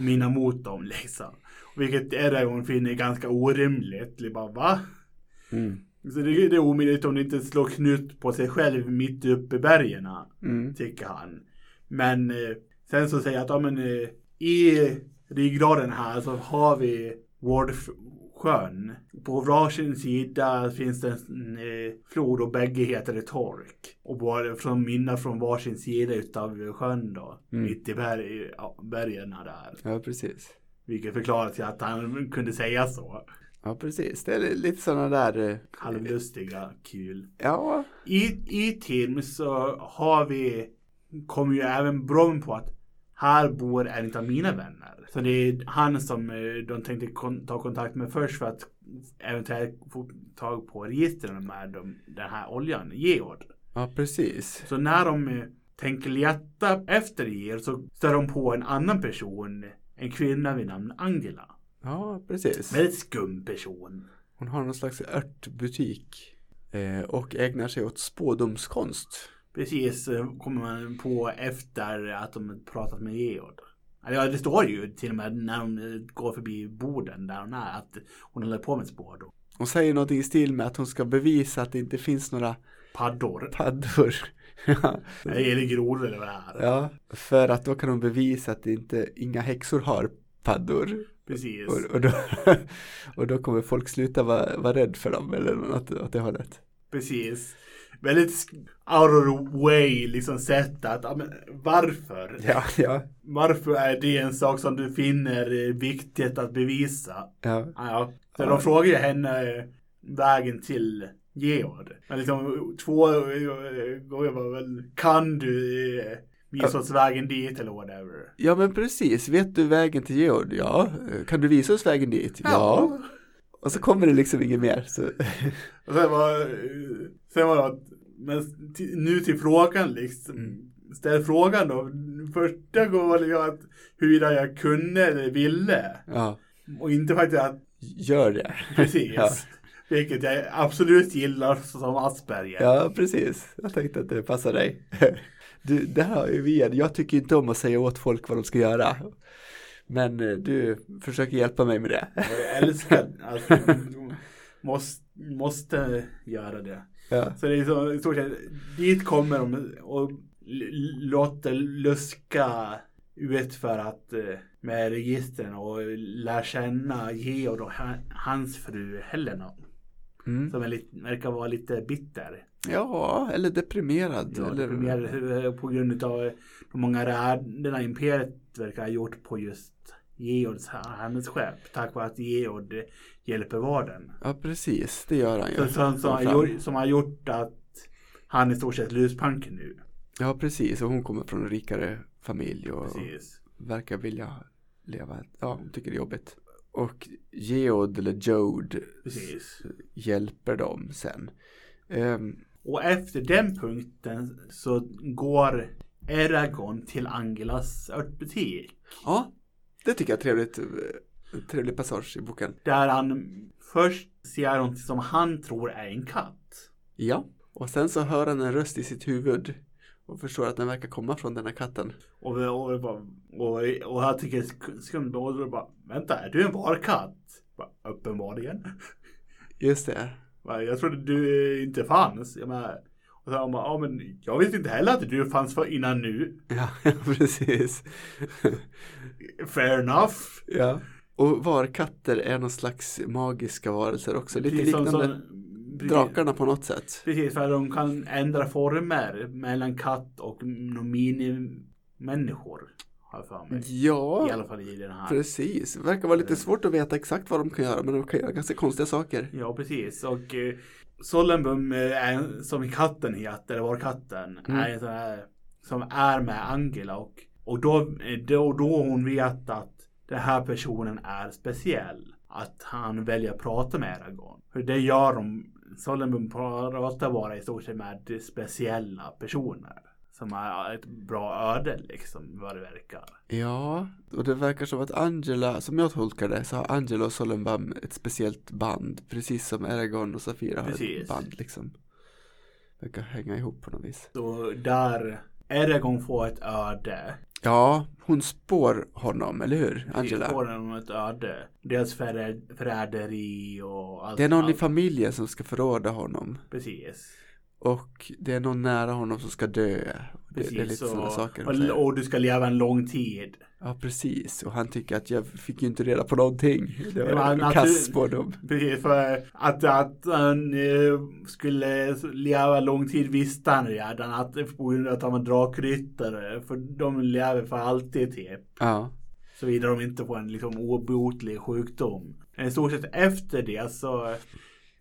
Speaker 1: Mynnar mot dem liksom. Vilket Eragon finner ganska orimligt. Det är Bara, va?
Speaker 2: Mm.
Speaker 1: Så det, det är omöjligt om du inte slår knut på sig själv mitt uppe i bergen.
Speaker 2: Mm.
Speaker 1: tycker han. Men eh, sen så säger jag att ja, men, eh, i ryggraden här så har vi Wardsjön. På varsin sida finns det en eh, flod och bägge heter det Tork. Och bara från minna från varsin sida utav sjön då.
Speaker 2: Mm.
Speaker 1: Mitt i berg, ja, bergen där.
Speaker 2: Ja, precis.
Speaker 1: Vilket förklarar till att han kunde säga så.
Speaker 2: Ja, precis. Det är li- lite sådana där... eh,
Speaker 1: Halvlustiga, kul.
Speaker 2: Ja,
Speaker 1: I, i Tim så har vi, kommer ju även Brom på att här bor en av mina vänner. Så det är han som eh, de tänkte kon- ta kontakt med först för att eventuellt få tag på registren med de, den här oljan, Geord.
Speaker 2: ja precis.
Speaker 1: Så när de eh, tänker leta efter Geord så stöter de på en annan person, en kvinna vid namn Angela.
Speaker 2: Ja, precis.
Speaker 1: Väldigt skum person.
Speaker 2: Hon har någon slags örtbutik. eh, Och ägnar sig åt spådomskonst.
Speaker 1: Precis eh, kommer man på efter att de pratat med Georg. Eller Ja, det står ju till och med när de eh, går förbi borden där hon är att hon håller på med spår då.
Speaker 2: Hon säger någonting i stil med att hon ska bevisa att det inte finns några Mm.
Speaker 1: Paddor.
Speaker 2: paddor. Ja.
Speaker 1: Eller grodor eller vad det är.
Speaker 2: ja, för att då kan hon bevisa att det inte, inga häxor har paddor.
Speaker 1: Precis.
Speaker 2: Och, och, då, och då kommer folk sluta vara vara rädd för dem eller att, att det har rätt.
Speaker 1: Precis. Väldigt sk- out of the way liksom sätt att, ja, men varför?
Speaker 2: Ja, ja,
Speaker 1: Varför är det en sak som du finner eh, viktigt att bevisa?
Speaker 2: ja.
Speaker 1: Ja, Ja, så
Speaker 2: Ja.
Speaker 1: de frågar ju henne eh, vägen till Georg. Men liksom två eh, gånger var väl kan du eh, visa oss vägen dit eller whatever.
Speaker 2: Ja men precis, vet du vägen till Georg? Ja. Kan du visa oss vägen dit? Ja. Och så kommer det liksom inget mer. Så.
Speaker 1: Och sen var, eh, sen var det att, men t- nu till frågan liksom.
Speaker 2: Mm.
Speaker 1: Ställ frågan då. Första gången var det ju att huruvida jag kunde eller ville.
Speaker 2: Ja,
Speaker 1: Och inte faktiskt att,
Speaker 2: gör det.
Speaker 1: precis.
Speaker 2: Ja.
Speaker 1: Vilket jag absolut gillar som Asperger.
Speaker 2: Ja, precis. Jag tänkte att det passar dig. Du, det här har ju vi en. Jag tycker inte om att säga åt folk vad de ska göra. Men eh, du försöker hjälpa mig med det.
Speaker 1: Jag älskar alltså, måste måste göra det.
Speaker 2: Ja.
Speaker 1: Så det är så, i stort sett, dit kommer de och l- låter luska ut för att eh, med registren och lär känna Georg och ha- hans fru Helena.
Speaker 2: Mm.
Speaker 1: Som är lite, verkar vara lite bitter.
Speaker 2: ja, eller deprimerad.
Speaker 1: Ja,
Speaker 2: eller...
Speaker 1: mer eh, På grund av de många raderna Imperiet verkar ha gjort på just Georgs, hennes skepp. Tack vare att Georg hjälper varden.
Speaker 2: Ja, precis. Det gör han ju.
Speaker 1: Så, som, som,
Speaker 2: Tar
Speaker 1: har
Speaker 2: fram.
Speaker 1: gjort, som har gjort att han i stort sett luspanken nu.
Speaker 2: Ja, precis. Och hon kommer från en rikare familj och
Speaker 1: Precis.
Speaker 2: verkar vilja leva. ett- Ja, hon tycker det är jobbigt. Och Geod, eller Jod,
Speaker 1: Precis.
Speaker 2: hjälper dem sen. Ehm,
Speaker 1: Och efter den punkten så går Eragon till Angelas örtbutik.
Speaker 2: ja, det tycker jag är trevligt. eh, Trevlig passage i boken.
Speaker 1: Där han först ser något som han tror är en katt.
Speaker 2: Ja, och sen så hör han en röst i sitt huvud och förstår att den verkar komma från denna katten.
Speaker 1: Och, och, och, och, och jag tycker det är sk- skumt. Och då bara, vänta, är du en varkatt? Bara, Uppenbarligen.
Speaker 2: Just det.
Speaker 1: Bara, Jag trodde du inte fanns. Jag menar, och så han bara, ja men jag visste inte heller att du fanns för innan nu.
Speaker 2: Ja, ja precis.
Speaker 1: Fair enough.
Speaker 2: ja. Och varkatter är någon slags magiska varelser också. Lite
Speaker 1: Precis som-
Speaker 2: liknande
Speaker 1: som- precis-
Speaker 2: drakarna på något sätt.
Speaker 1: Precis, för de kan ändra former mellan katt och någon minimänniskor. Har jag för mig. I alla
Speaker 2: Ja, Eh.
Speaker 1: fall i den här.
Speaker 2: precis. Verkar vara lite svårt att veta exakt vad de kan göra, men de kan göra ganska konstiga saker.
Speaker 1: Ja, precis. Och eh, Solenbum, eh, är en- som katten heter, eller var katten,
Speaker 2: Mm.
Speaker 1: är en sån här som är med Angela. Och, och då, eh, då, då hon vet att den här personen är speciell. Att han väljer att prata med Eragon. För det gör de. Solenbum pratar bara i stort sett med speciella personer. Som har ett bra öde liksom, vad det verkar.
Speaker 2: Ja, och det verkar som att Angela, som jag tolkar det, så har Angela och Solenbam ett speciellt band. Precis som Eragon och Safira har ett
Speaker 1: Precis.
Speaker 2: band liksom. Verkar hänga ihop på något vis.
Speaker 1: Så där Eragon får ett öde.
Speaker 2: Ja, hon spår honom, eller hur? Angela?
Speaker 1: Spåren om ett öde. Deras förä- förräderi och allt.
Speaker 2: Det är någon i
Speaker 1: allt.
Speaker 2: familjen som ska förråda honom
Speaker 1: Precis.
Speaker 2: och det är någon nära honom som ska dö. Det,
Speaker 1: Precis.
Speaker 2: det är lite sådana
Speaker 1: och,
Speaker 2: saker. de
Speaker 1: och,
Speaker 2: säger.
Speaker 1: och du ska leva en lång tid.
Speaker 2: Ja, precis. Och han tycker att jag fick ju inte reda på någonting. Det
Speaker 1: Det var
Speaker 2: var en
Speaker 1: natur-
Speaker 2: kass spådom.
Speaker 1: Precis, för att, att han eh, skulle leva lång tid visste han redan. Att, på grund av att han var drakryttare. För de lever för alltid typ.
Speaker 2: Ja,
Speaker 1: Såvida de inte får en liksom obotlig sjukdom. Men I stort sett efter det så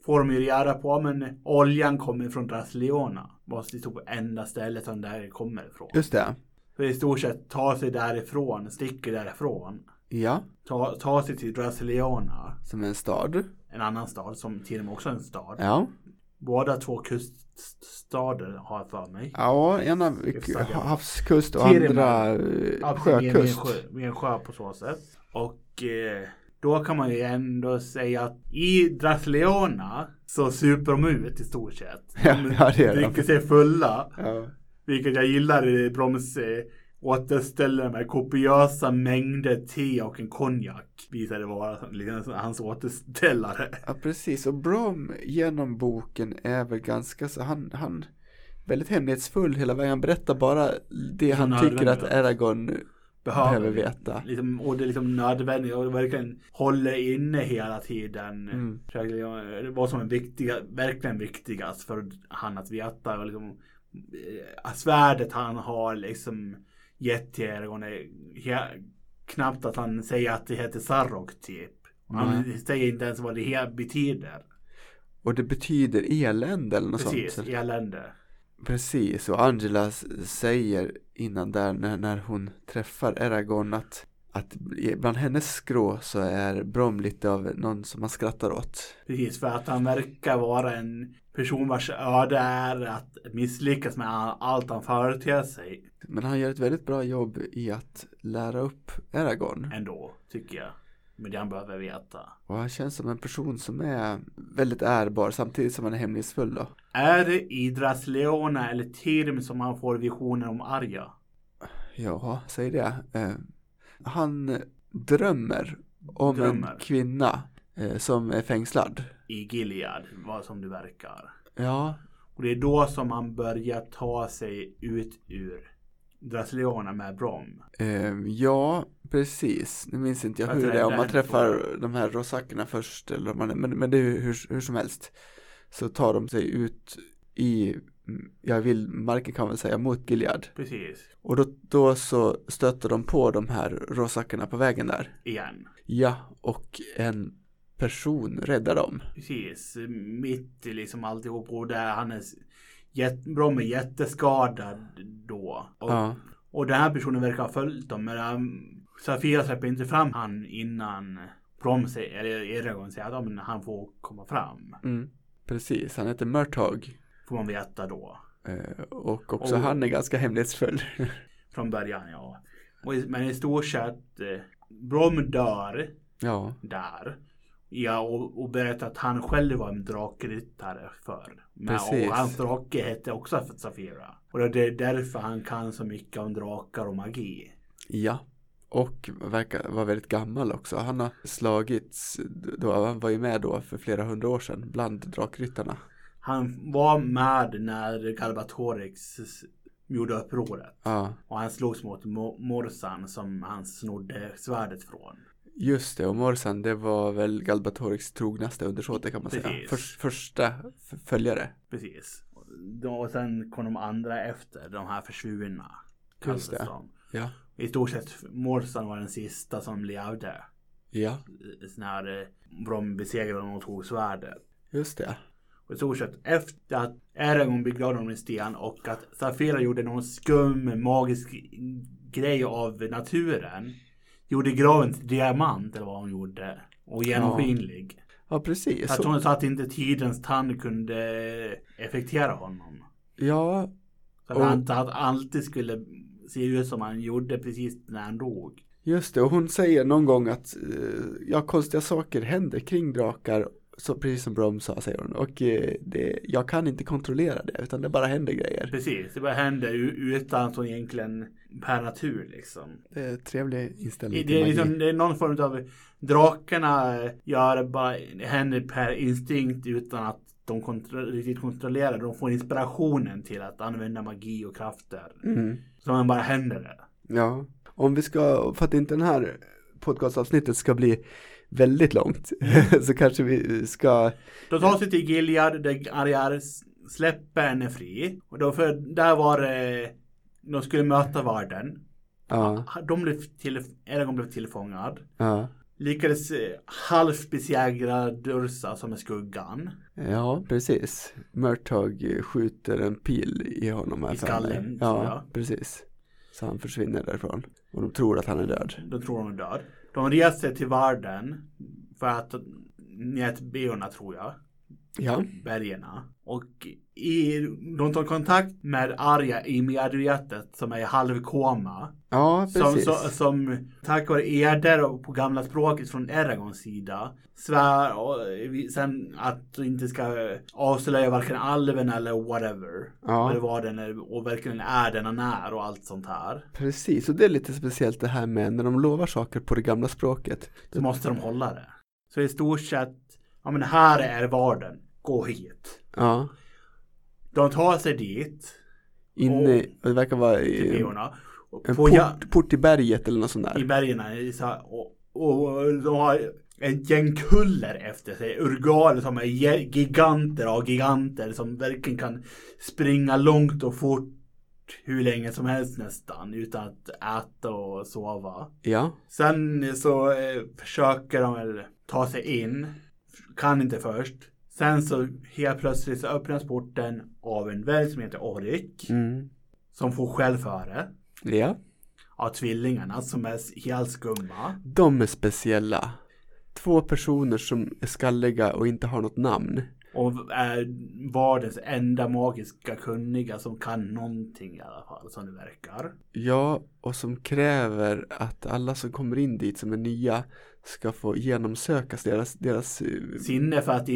Speaker 1: får de ju reda på men oljan kommer från Brasiliona. Måste det på enda stället som där kommer ifrån.
Speaker 2: just det.
Speaker 1: Så i stort sett tar sig därifrån, sticker därifrån.
Speaker 2: Ja,
Speaker 1: Ta, tar sig till Brasiliona,
Speaker 2: som är en stad.
Speaker 1: en annan stad som till och med också är en stad.
Speaker 2: Ja,
Speaker 1: Båda två kuststader har jag för mig.
Speaker 2: ja ena ha- havskust och
Speaker 1: Tirima.
Speaker 2: andra eh,
Speaker 1: Med en
Speaker 2: sjökust.
Speaker 1: sjö, med en sjö på så sätt. Och eh, då kan man ju ändå säga att i Drasleona så super de ut i stort sett.
Speaker 2: Ja, ja, det är
Speaker 1: Dricker
Speaker 2: det.
Speaker 1: sig fulla.
Speaker 2: Ja.
Speaker 1: Vilket jag gillar i Broms eh, återställare med kopiösa mängder te och en konjak. Visade vara liksom hans återställare.
Speaker 2: Ja precis och Brom genom boken är väl ganska så han, han väldigt hemlighetsfull hela vägen. Han berättar bara det han tycker att
Speaker 1: nödvändigt.
Speaker 2: Eragon behöver veta.
Speaker 1: Liksom, och det är liksom nödvändigt och verkligen håller inne hela tiden.
Speaker 2: Mm.
Speaker 1: Försöker liksom- Vad som är viktiga, verkligen viktigast för han att veta. Och liksom, eh, svärdet han har liksom gett till Eragon är he- knappt att han säger att det heter Sarok typ. Han säger inte ens vad det he- betyder.
Speaker 2: Och det betyder elände eller något
Speaker 1: Precis,
Speaker 2: sånt.
Speaker 1: elände.
Speaker 2: Precis och Angela s- säger innan där när, när hon träffar Eragon att, att bland hennes skrå så är Brom lite av någon som man skrattar åt.
Speaker 1: Precis, för att han verkar vara en person vars öde är att misslyckas med all- allt han företer sig
Speaker 2: Men han gör ett väldigt bra jobb i att lära upp Eragon.
Speaker 1: ändå, tycker jag. Med det han behöver veta.
Speaker 2: Och han känns som en person som är väldigt ärbar samtidigt som han är hemlighetsfull då.
Speaker 1: Är det Idras Leona eller Tirm som han får visioner om Arja?
Speaker 2: Ja, säg det. Eh, han drömmer om en
Speaker 1: Drömmer.
Speaker 2: kvinna eh, som är fängslad.
Speaker 1: i Gilead, vad som det verkar.
Speaker 2: Ja,
Speaker 1: Och det är då som han börjar ta sig ut ur Draciliana med Brom.
Speaker 2: eh, ja precis. Nu minns inte jag
Speaker 1: För
Speaker 2: hur
Speaker 1: att
Speaker 2: Alltså, det är om
Speaker 1: rädda
Speaker 2: man
Speaker 1: henne
Speaker 2: träffar de här rosakerna först eller om man, men, men det är ju hur, hur som helst. Så tar de sig ut i, mm, jag vill, marken kan väl säga mot Gilead.
Speaker 1: Precis,
Speaker 2: Och då, då så stöter de på de här rosakerna på vägen där.
Speaker 1: igen.
Speaker 2: Ja, och en person räddar dem.
Speaker 1: Precis, mitt i liksom alltihop och där han är jätt, Brom är jätteskadad då. Och,
Speaker 2: Ja,
Speaker 1: och den här personen verkar ha följt dem men um, Safira släpper inte fram han innan Brom säger, eller Eragon säger att ja, men han får komma fram.
Speaker 2: mm, precis. Han heter Murtog.
Speaker 1: Får man veta då.
Speaker 2: Eh, Och också
Speaker 1: Och-
Speaker 2: han är ganska hemlighetsfull.
Speaker 1: Från början ja. Och, i- men i stort sett eh, Brom dör
Speaker 2: ja,
Speaker 1: där. Ja, och, och berättar att han själv var en drakryttare förr. Men,
Speaker 2: Precis.
Speaker 1: och hans drake hette också Safira. Och det är därför han kan så mycket om drakar och magi.
Speaker 2: ja. Och verkar vara väldigt gammal också. Han har slagits, då, han var ju med då för flera hundra år sedan bland drakryttarna.
Speaker 1: Han var med när Galbatorix s- gjorde upproret.
Speaker 2: Ja,
Speaker 1: Och han slogs mot Mo- Morsan som han snodde svärdet från.
Speaker 2: just det. Och Morsan, det var väl Galbatorix trognaste undersåte kan man säga.
Speaker 1: Precis.
Speaker 2: Förs- första f- följare.
Speaker 1: Precis. Då- Och sen kom de andra efter, de här försvunna. kallades
Speaker 2: det.
Speaker 1: de.
Speaker 2: Ja.
Speaker 1: I stort sett Morsan var den sista som levde.
Speaker 2: Ja,
Speaker 1: när eh, Brom besegrade honom och tog svärdet.
Speaker 2: just det.
Speaker 1: Och i stort sett efter att Eragon begravde honom i sten och att Safira gjorde någon skum magisk grej av naturen. Gjorde graven till diamant eller vad hon gjorde. Och genomskinlig.
Speaker 2: Ja, precis.
Speaker 1: Så att hon sa att inte tidens tand kunde effektera honom.
Speaker 2: Ja,
Speaker 1: Så att
Speaker 2: Och-
Speaker 1: han, så att han alltid skulle se ut som han gjorde precis när han dog.
Speaker 2: just det. Och hon säger någon gång att eh, ja, konstiga saker händer kring drakar. Så, precis som Brom sa, säger hon. Och eh, det, jag kan inte kontrollera det, utan det bara händer grejer.
Speaker 1: Precis, det bara hände u- utan som egentligen per natur liksom.
Speaker 2: Det är en Eh, trevlig inställning
Speaker 1: Det
Speaker 2: till
Speaker 1: är,
Speaker 2: magi.
Speaker 1: liksom, det är någon form av drakarna gör bara händer per instinkt utan att de kontro- riktigt kontrollerar. De får inspirationen till att använda magi och krafter.
Speaker 2: Mm.
Speaker 1: Så man bara händer det.
Speaker 2: Ja, om vi ska, för att inte den här podcastavsnittet ska bli väldigt långt, så kanske vi ska,
Speaker 1: Då tar sig till Gilead där Ariar släpper henne fri. Och då för, där var det, de skulle möta varden.
Speaker 2: ja,
Speaker 1: De blev, till, Eragon blev tillfångad.
Speaker 2: ja,
Speaker 1: Lyckades eh, halvt besegra Dursa som är skuggan.
Speaker 2: ja, precis. Murtog skjuter en pil i honom här
Speaker 1: I
Speaker 2: för mig.
Speaker 1: skallen, tror
Speaker 2: Ja,
Speaker 1: jag.
Speaker 2: precis. Så han försvinner därifrån. Och de tror att han är död.
Speaker 1: De tror hon är död. De reser till varden för att nätbyarna tror jag,
Speaker 2: Ja,
Speaker 1: bergerna. Och i, de tar kontakt med Arja i medvetet som är i halvkoma.
Speaker 2: ja,
Speaker 1: Som, alltså-
Speaker 2: precis.
Speaker 1: som, som tack vare eder och på gamla språket från Eragons sida svär och, vi- sen att de inte ska avslöja varken alven eller whatever.
Speaker 2: Ja.
Speaker 1: Eller vad den är och verkligen är den han är och allt sånt här.
Speaker 2: Precis, och det är lite speciellt det här med när de lovar saker på det gamla språket.
Speaker 1: så måste de hålla det. Så i stort sett, ja men här är varden, gå hit.
Speaker 2: Ja,
Speaker 1: De tar sig dit,
Speaker 2: inne, och det verkar vara
Speaker 1: till
Speaker 2: i,
Speaker 1: byarna. och
Speaker 2: en
Speaker 1: På ja,
Speaker 2: port, port i berget eller något sånt
Speaker 1: I
Speaker 2: där.
Speaker 1: bergen i så här, och, och de har en gäng kuller efter sig. Urgaler som är ge- giganter av giganter som verkligen kan springa långt och fort hur länge som helst nästan utan att äta och sova.
Speaker 2: Ja,
Speaker 1: Sen så eh, försöker de väl ta sig in. Kan inte först. Sen så helt plötsligt så öppnas porten av en vän som heter Orik.
Speaker 2: mm.
Speaker 1: Som får skäll för det.
Speaker 2: ja.
Speaker 1: Av tvillingarna som är helt skumma.
Speaker 2: De är speciella. Två personer som är skalliga och inte har något namn.
Speaker 1: Och är vardens enda magiska kunniga som kan någonting i alla fall som det verkar.
Speaker 2: Ja, och som kräver att alla som kommer in dit som är nya ska få genomsökas deras, deras eh,
Speaker 1: Sinne för att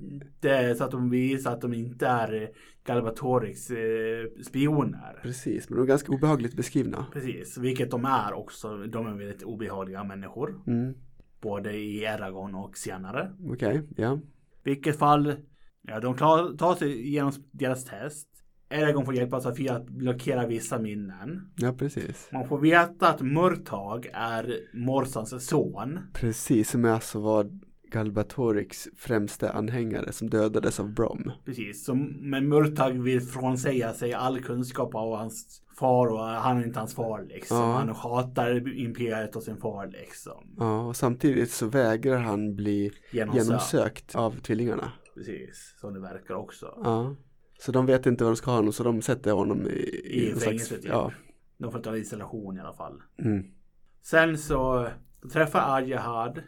Speaker 1: inte så att de visar att de inte är eh, Galbatorix eh, spioner.
Speaker 2: precis, men de är ganska obehagligt beskrivna.
Speaker 1: Precis, vilket de är också. De är väldigt obehagliga människor.
Speaker 2: Mm.
Speaker 1: både i Eragon och senare.
Speaker 2: Okej, ja.
Speaker 1: Vilket fall, ja, de klar, tar sig igenom deras test. Eragon får hjälp av Safira att blockera vissa minnen.
Speaker 2: Ja, precis.
Speaker 1: Man får veta att Murtag är Morsans son.
Speaker 2: Precis, som alltså var Galbatorix främsta anhängare som dödades av Brom.
Speaker 1: Precis, som, men Murtag vill frånsäga sig all kunskap av hans far och han är inte hans far liksom.
Speaker 2: Ja.
Speaker 1: Han hatar imperiet och sin far liksom.
Speaker 2: Ja, och samtidigt så vägrar han bli
Speaker 1: Genomsökt.
Speaker 2: genomsökt av tvillingarna.
Speaker 1: Precis, som det verkar också.
Speaker 2: Ja. Så de vet inte vad de ska ha honom så de sätter honom i, i,
Speaker 1: I
Speaker 2: någon
Speaker 1: fängelse, typ.
Speaker 2: Ja.
Speaker 1: De får ta installation i alla fall.
Speaker 2: Mm.
Speaker 1: Sen så träffar Ajahad,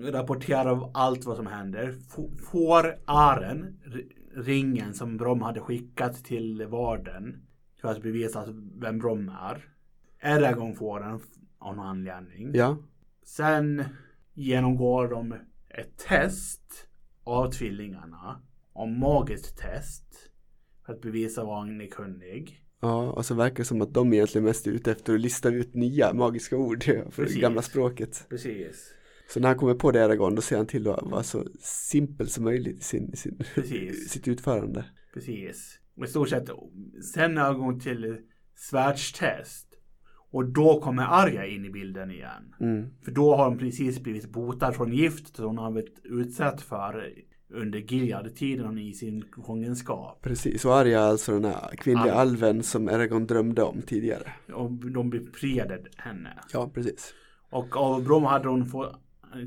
Speaker 1: rapporterar allt vad som händer. F- Får Aren r- ringen som Brom hade skickat till varden för att bevisa att vem Brom är. Eragon får den av någon anledning.
Speaker 2: ja.
Speaker 1: Sen genomgår de ett test av tvillingarna. Om magiskt test. För att bevisa vad han är kunnig.
Speaker 2: Ja, och så verkar det som att de egentligen mest är ute efter att lista ut nya magiska ord för det
Speaker 1: Precis.
Speaker 2: gamla språket.
Speaker 1: Precis.
Speaker 2: Så när han kommer på det Aragorn då ser han till att vara så simpel som möjligt i sin, sin,
Speaker 1: Precis.
Speaker 2: sitt utförande.
Speaker 1: Precis. Och I stort sett. Sen när jag går till svärdstest. Och då kommer Arja in i bilden igen.
Speaker 2: Mm.
Speaker 1: För då har hon precis blivit botad från giftet som hon har blivit utsatt för under Gilead-tiden i sin fångenskap.
Speaker 2: Precis, och Arya är alltså den här kvinnliga
Speaker 1: Alv.
Speaker 2: alven som Aragorn drömde om tidigare.
Speaker 1: Och de befriade henne.
Speaker 2: Ja, precis.
Speaker 1: Och av Brom hade hon få,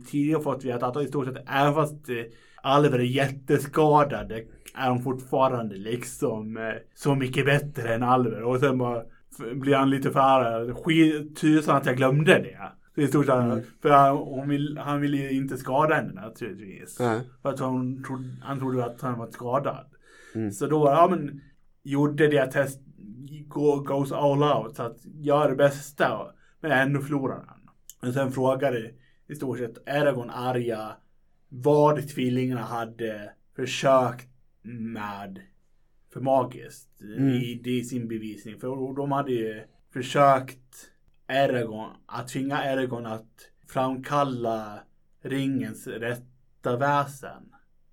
Speaker 1: tidigare fått veta att i stort sett även fast eh, Alver är jätteskadade är hon fortfarande liksom eh, så mycket bättre än Alver. Och sen bara f- blir han lite förärad. Skit tusan att jag glömde det. Så i stort sett, För han, hon vill, han ville ju inte skada henne naturligtvis.
Speaker 2: Nej.
Speaker 1: För att hon trodde, han trodde att han var skadad. Så då, ja men, gjorde det test, go, goes all out. Så att gör det bästa, men ändå förlorar han. Men sen frågade i stort sett Eragon arga vad tvillingarna hade försökt med för magiskt i, i sin bevisning. För de hade ju försökt Eragon, att tvinga Eragon att framkalla ringens rätta väsen.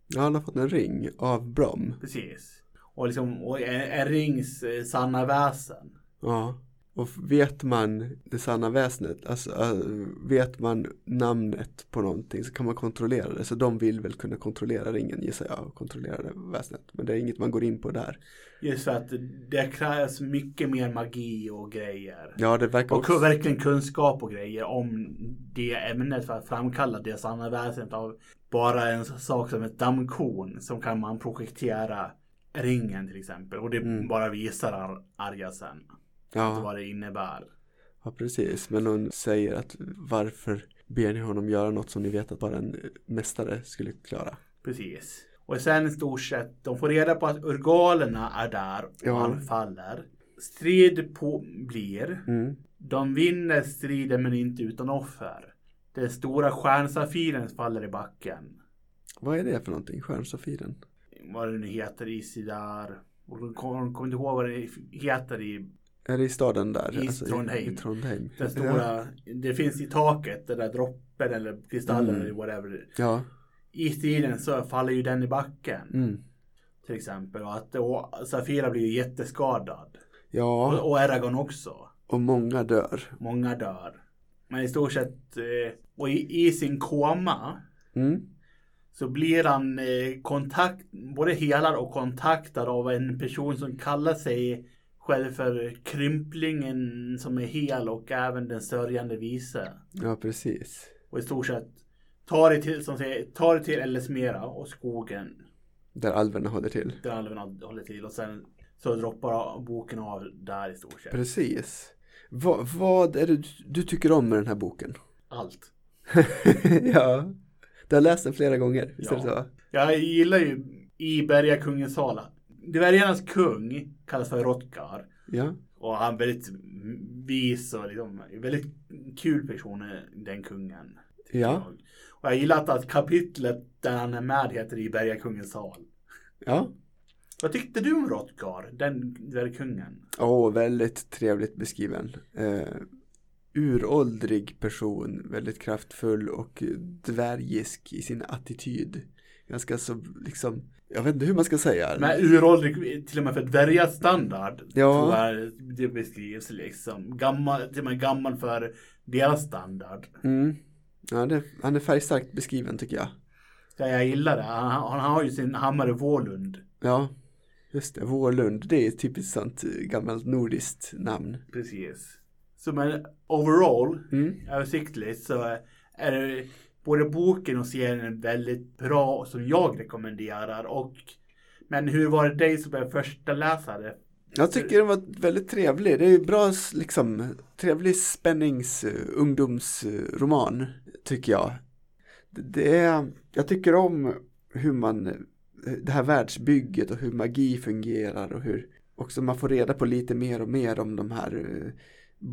Speaker 2: Ja, han har fått en ring av Brom.
Speaker 1: Precis. Och liksom, och en, en rings eh, sanna väsen.
Speaker 2: Ja. Och vet man det sanna väsnet, alltså äh, vet man namnet på någonting så kan man kontrollera det. Så de vill väl kunna kontrollera ringen gissar jag, och kontrollera det väsnet. Men det är inget man går in på där.
Speaker 1: Just för att det krävs mycket mer magi och grejer.
Speaker 2: Ja, det verkar
Speaker 1: Och
Speaker 2: också...
Speaker 1: verkligen kunskap och grejer om det ämnet för att framkalla det sanna väsendet av bara en sak som ett dammkorn som kan man projektera ringen till exempel. Och det bara visar Ar- Arja sen
Speaker 2: Mm. Ja,
Speaker 1: vad det innebär.
Speaker 2: ja, precis. Men hon säger att varför ber ni honom göra något som ni vet att bara en eh, mästare skulle klara?
Speaker 1: Precis. Och sen i stort sett, de får reda på att urgalerna är där och
Speaker 2: Ja.
Speaker 1: anfaller. Strid på blir.
Speaker 2: Mm.
Speaker 1: De vinner striden men inte utan offer. Den stora stjärnsafiren faller i backen.
Speaker 2: Vad är det för någonting? Stjärnsafiren?
Speaker 1: Vad den nu heter i Sidar. Och de kommer de kommer inte ihåg vad det heter i
Speaker 2: Är det i staden där? Alltså,
Speaker 1: I Trondheim.
Speaker 2: I Trondheim.
Speaker 1: den stora. Det finns i taket, den där droppen eller kristallen
Speaker 2: Mm.
Speaker 1: eller whatever.
Speaker 2: Ja.
Speaker 1: I striden så faller ju den i backen.
Speaker 2: Mm.
Speaker 1: Till exempel. Och, att, och Safira blir ju jätteskadad.
Speaker 2: Ja,
Speaker 1: Och, och Eragon också.
Speaker 2: och många dör.
Speaker 1: Många dör. Men i stort sett. eh, Och i, i sin koma.
Speaker 2: Mm.
Speaker 1: Så blir han eh, kontakt, både helad och kontaktad av en person som kallar sig själv för krymplingen som är hel och även den sörjande vise.
Speaker 2: Ja, precis.
Speaker 1: Och i stort sett tar det till, som säger, tar det till Ellesmera och skogen
Speaker 2: Där alverna håller till.
Speaker 1: där alverna håller till och sen så droppar boken av där i stort sett.
Speaker 2: Precis. Va, vad är det du- du tycker om med den här boken?
Speaker 1: Allt.
Speaker 2: ja. Du har läst den flera gånger, visst är det
Speaker 1: Ja.
Speaker 2: så?
Speaker 1: Jag gillar ju I bergakungens sala. Dvärgarnas kung kallas för Hrothgar.
Speaker 2: Ja.
Speaker 1: Och han är väldigt vis och liksom, väldigt kul person, den kungen. tycker
Speaker 2: Ja.
Speaker 1: jag. Och jag gillar att- att kapitlet där han är med heter I bergakungens sal.
Speaker 2: Ja.
Speaker 1: Vad tyckte du om Hrothgar, den där kungen?
Speaker 2: Åh, väldigt trevligt beskriven. Eh, uråldrig person, väldigt kraftfull och dvärgisk i sin attityd. Ganska så liksom, jag vet inte hur man ska säga.
Speaker 1: Men uråldrig till och med för dvärgars standard.
Speaker 2: Ja.
Speaker 1: Tror jag det beskrivs liksom. Gammal, till och med gammal för deras standard.
Speaker 2: Mm. Ja, det, han är färgstarkt beskriven tycker jag.
Speaker 1: Så jag gillar det. Han, han har ju sin hammare Vålund.
Speaker 2: Ja, just det. Vårlund, det är ett typiskt sånt eh, gammalt nordiskt namn.
Speaker 1: Precis. Så men overall,
Speaker 2: Mm.
Speaker 1: översiktligt så är det både boken och serien väldigt bra som jag rekommenderar. Och, men hur var det dig som är första läsare?
Speaker 2: Jag tycker den var väldigt trevlig. Det är bra, s- liksom, trevlig spännings eh, ungdomsroman, tycker jag. Det- Det är, jag tycker om hur man, eh, det här världsbygget och hur magi fungerar och hur också man får reda på lite mer och mer om de här eh,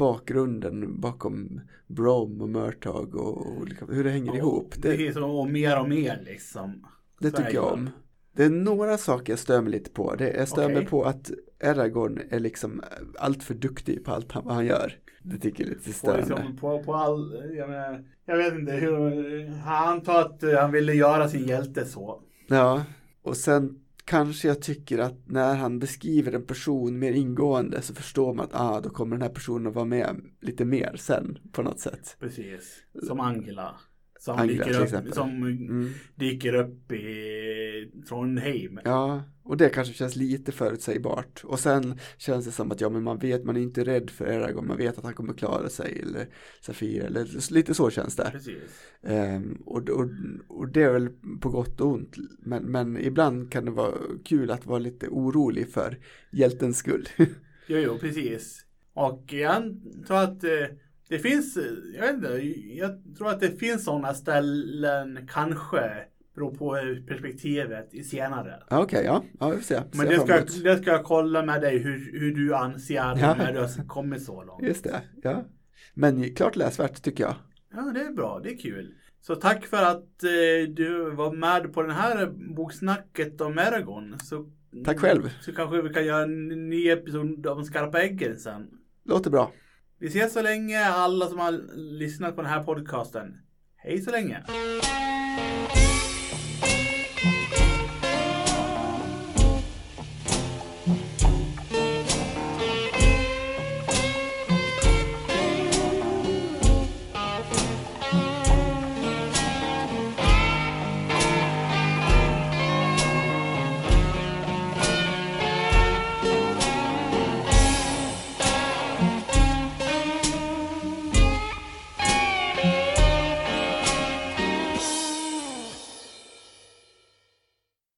Speaker 2: bakgrunden bakom Brom och Murtag och, och liksom hur det hänger ihop. Det,
Speaker 1: Precis, och och mer och mer liksom.
Speaker 2: Det
Speaker 1: Så är
Speaker 2: tycker jag
Speaker 1: det.
Speaker 2: om. Det är några saker jag stör mig lite på. Det, jag stör mig
Speaker 1: Okej.
Speaker 2: på att Aragorn är liksom allt för duktig på allt han, vad han gör. Det tycker jag är lite
Speaker 1: Och
Speaker 2: störande.
Speaker 1: liksom på, på all, jag, menar, jag vet inte hur, han antar att eh, han ville göra sin hjälte så.
Speaker 2: Ja, och sen kanske jag tycker att när han beskriver en person mer ingående så förstår man att ah, då kommer den här personen att vara med lite mer sen på något sätt.
Speaker 1: Precis, som Angela. Som,
Speaker 2: Angela, till
Speaker 1: dyker,
Speaker 2: exempel.
Speaker 1: upp, som
Speaker 2: Mm.
Speaker 1: dyker upp i Trondheim.
Speaker 2: Ja, och det kanske känns lite förutsägbart. Och sen känns det som att ja, men man vet, man är inte rädd för Aragorn, man vet att han kommer klara sig eller Safir eller lite så känns det.
Speaker 1: Precis.
Speaker 2: Ehm, och, och, och det är väl på gott och ont. Men, men ibland kan det vara kul att vara lite orolig för hjältens skull.
Speaker 1: Jo, jo, precis. Och jag tror att eh, det finns, eh, jag vet inte, jag tror att det finns sådana ställen kanske beror på perspektivet i senare.
Speaker 2: Ja, Okej, ja. ja, vi får se.
Speaker 1: Men
Speaker 2: Ser
Speaker 1: det
Speaker 2: fram
Speaker 1: ska,
Speaker 2: emot.
Speaker 1: det ska jag kolla med dig hur, hur du anser
Speaker 2: Ja.
Speaker 1: när du har kommit så långt.
Speaker 2: Just det, ja. Men klart läsvärt tycker jag.
Speaker 1: Ja, det är bra, det är kul. Så tack för att eh, du var med på den här boksnacket om Eragon. Så,
Speaker 2: Tack själv.
Speaker 1: Så kanske vi kan göra en ny episod om skarpa äggen sen.
Speaker 2: Låter bra.
Speaker 1: Vi ses så länge alla som har lyssnat på den här podcasten. Hej så länge!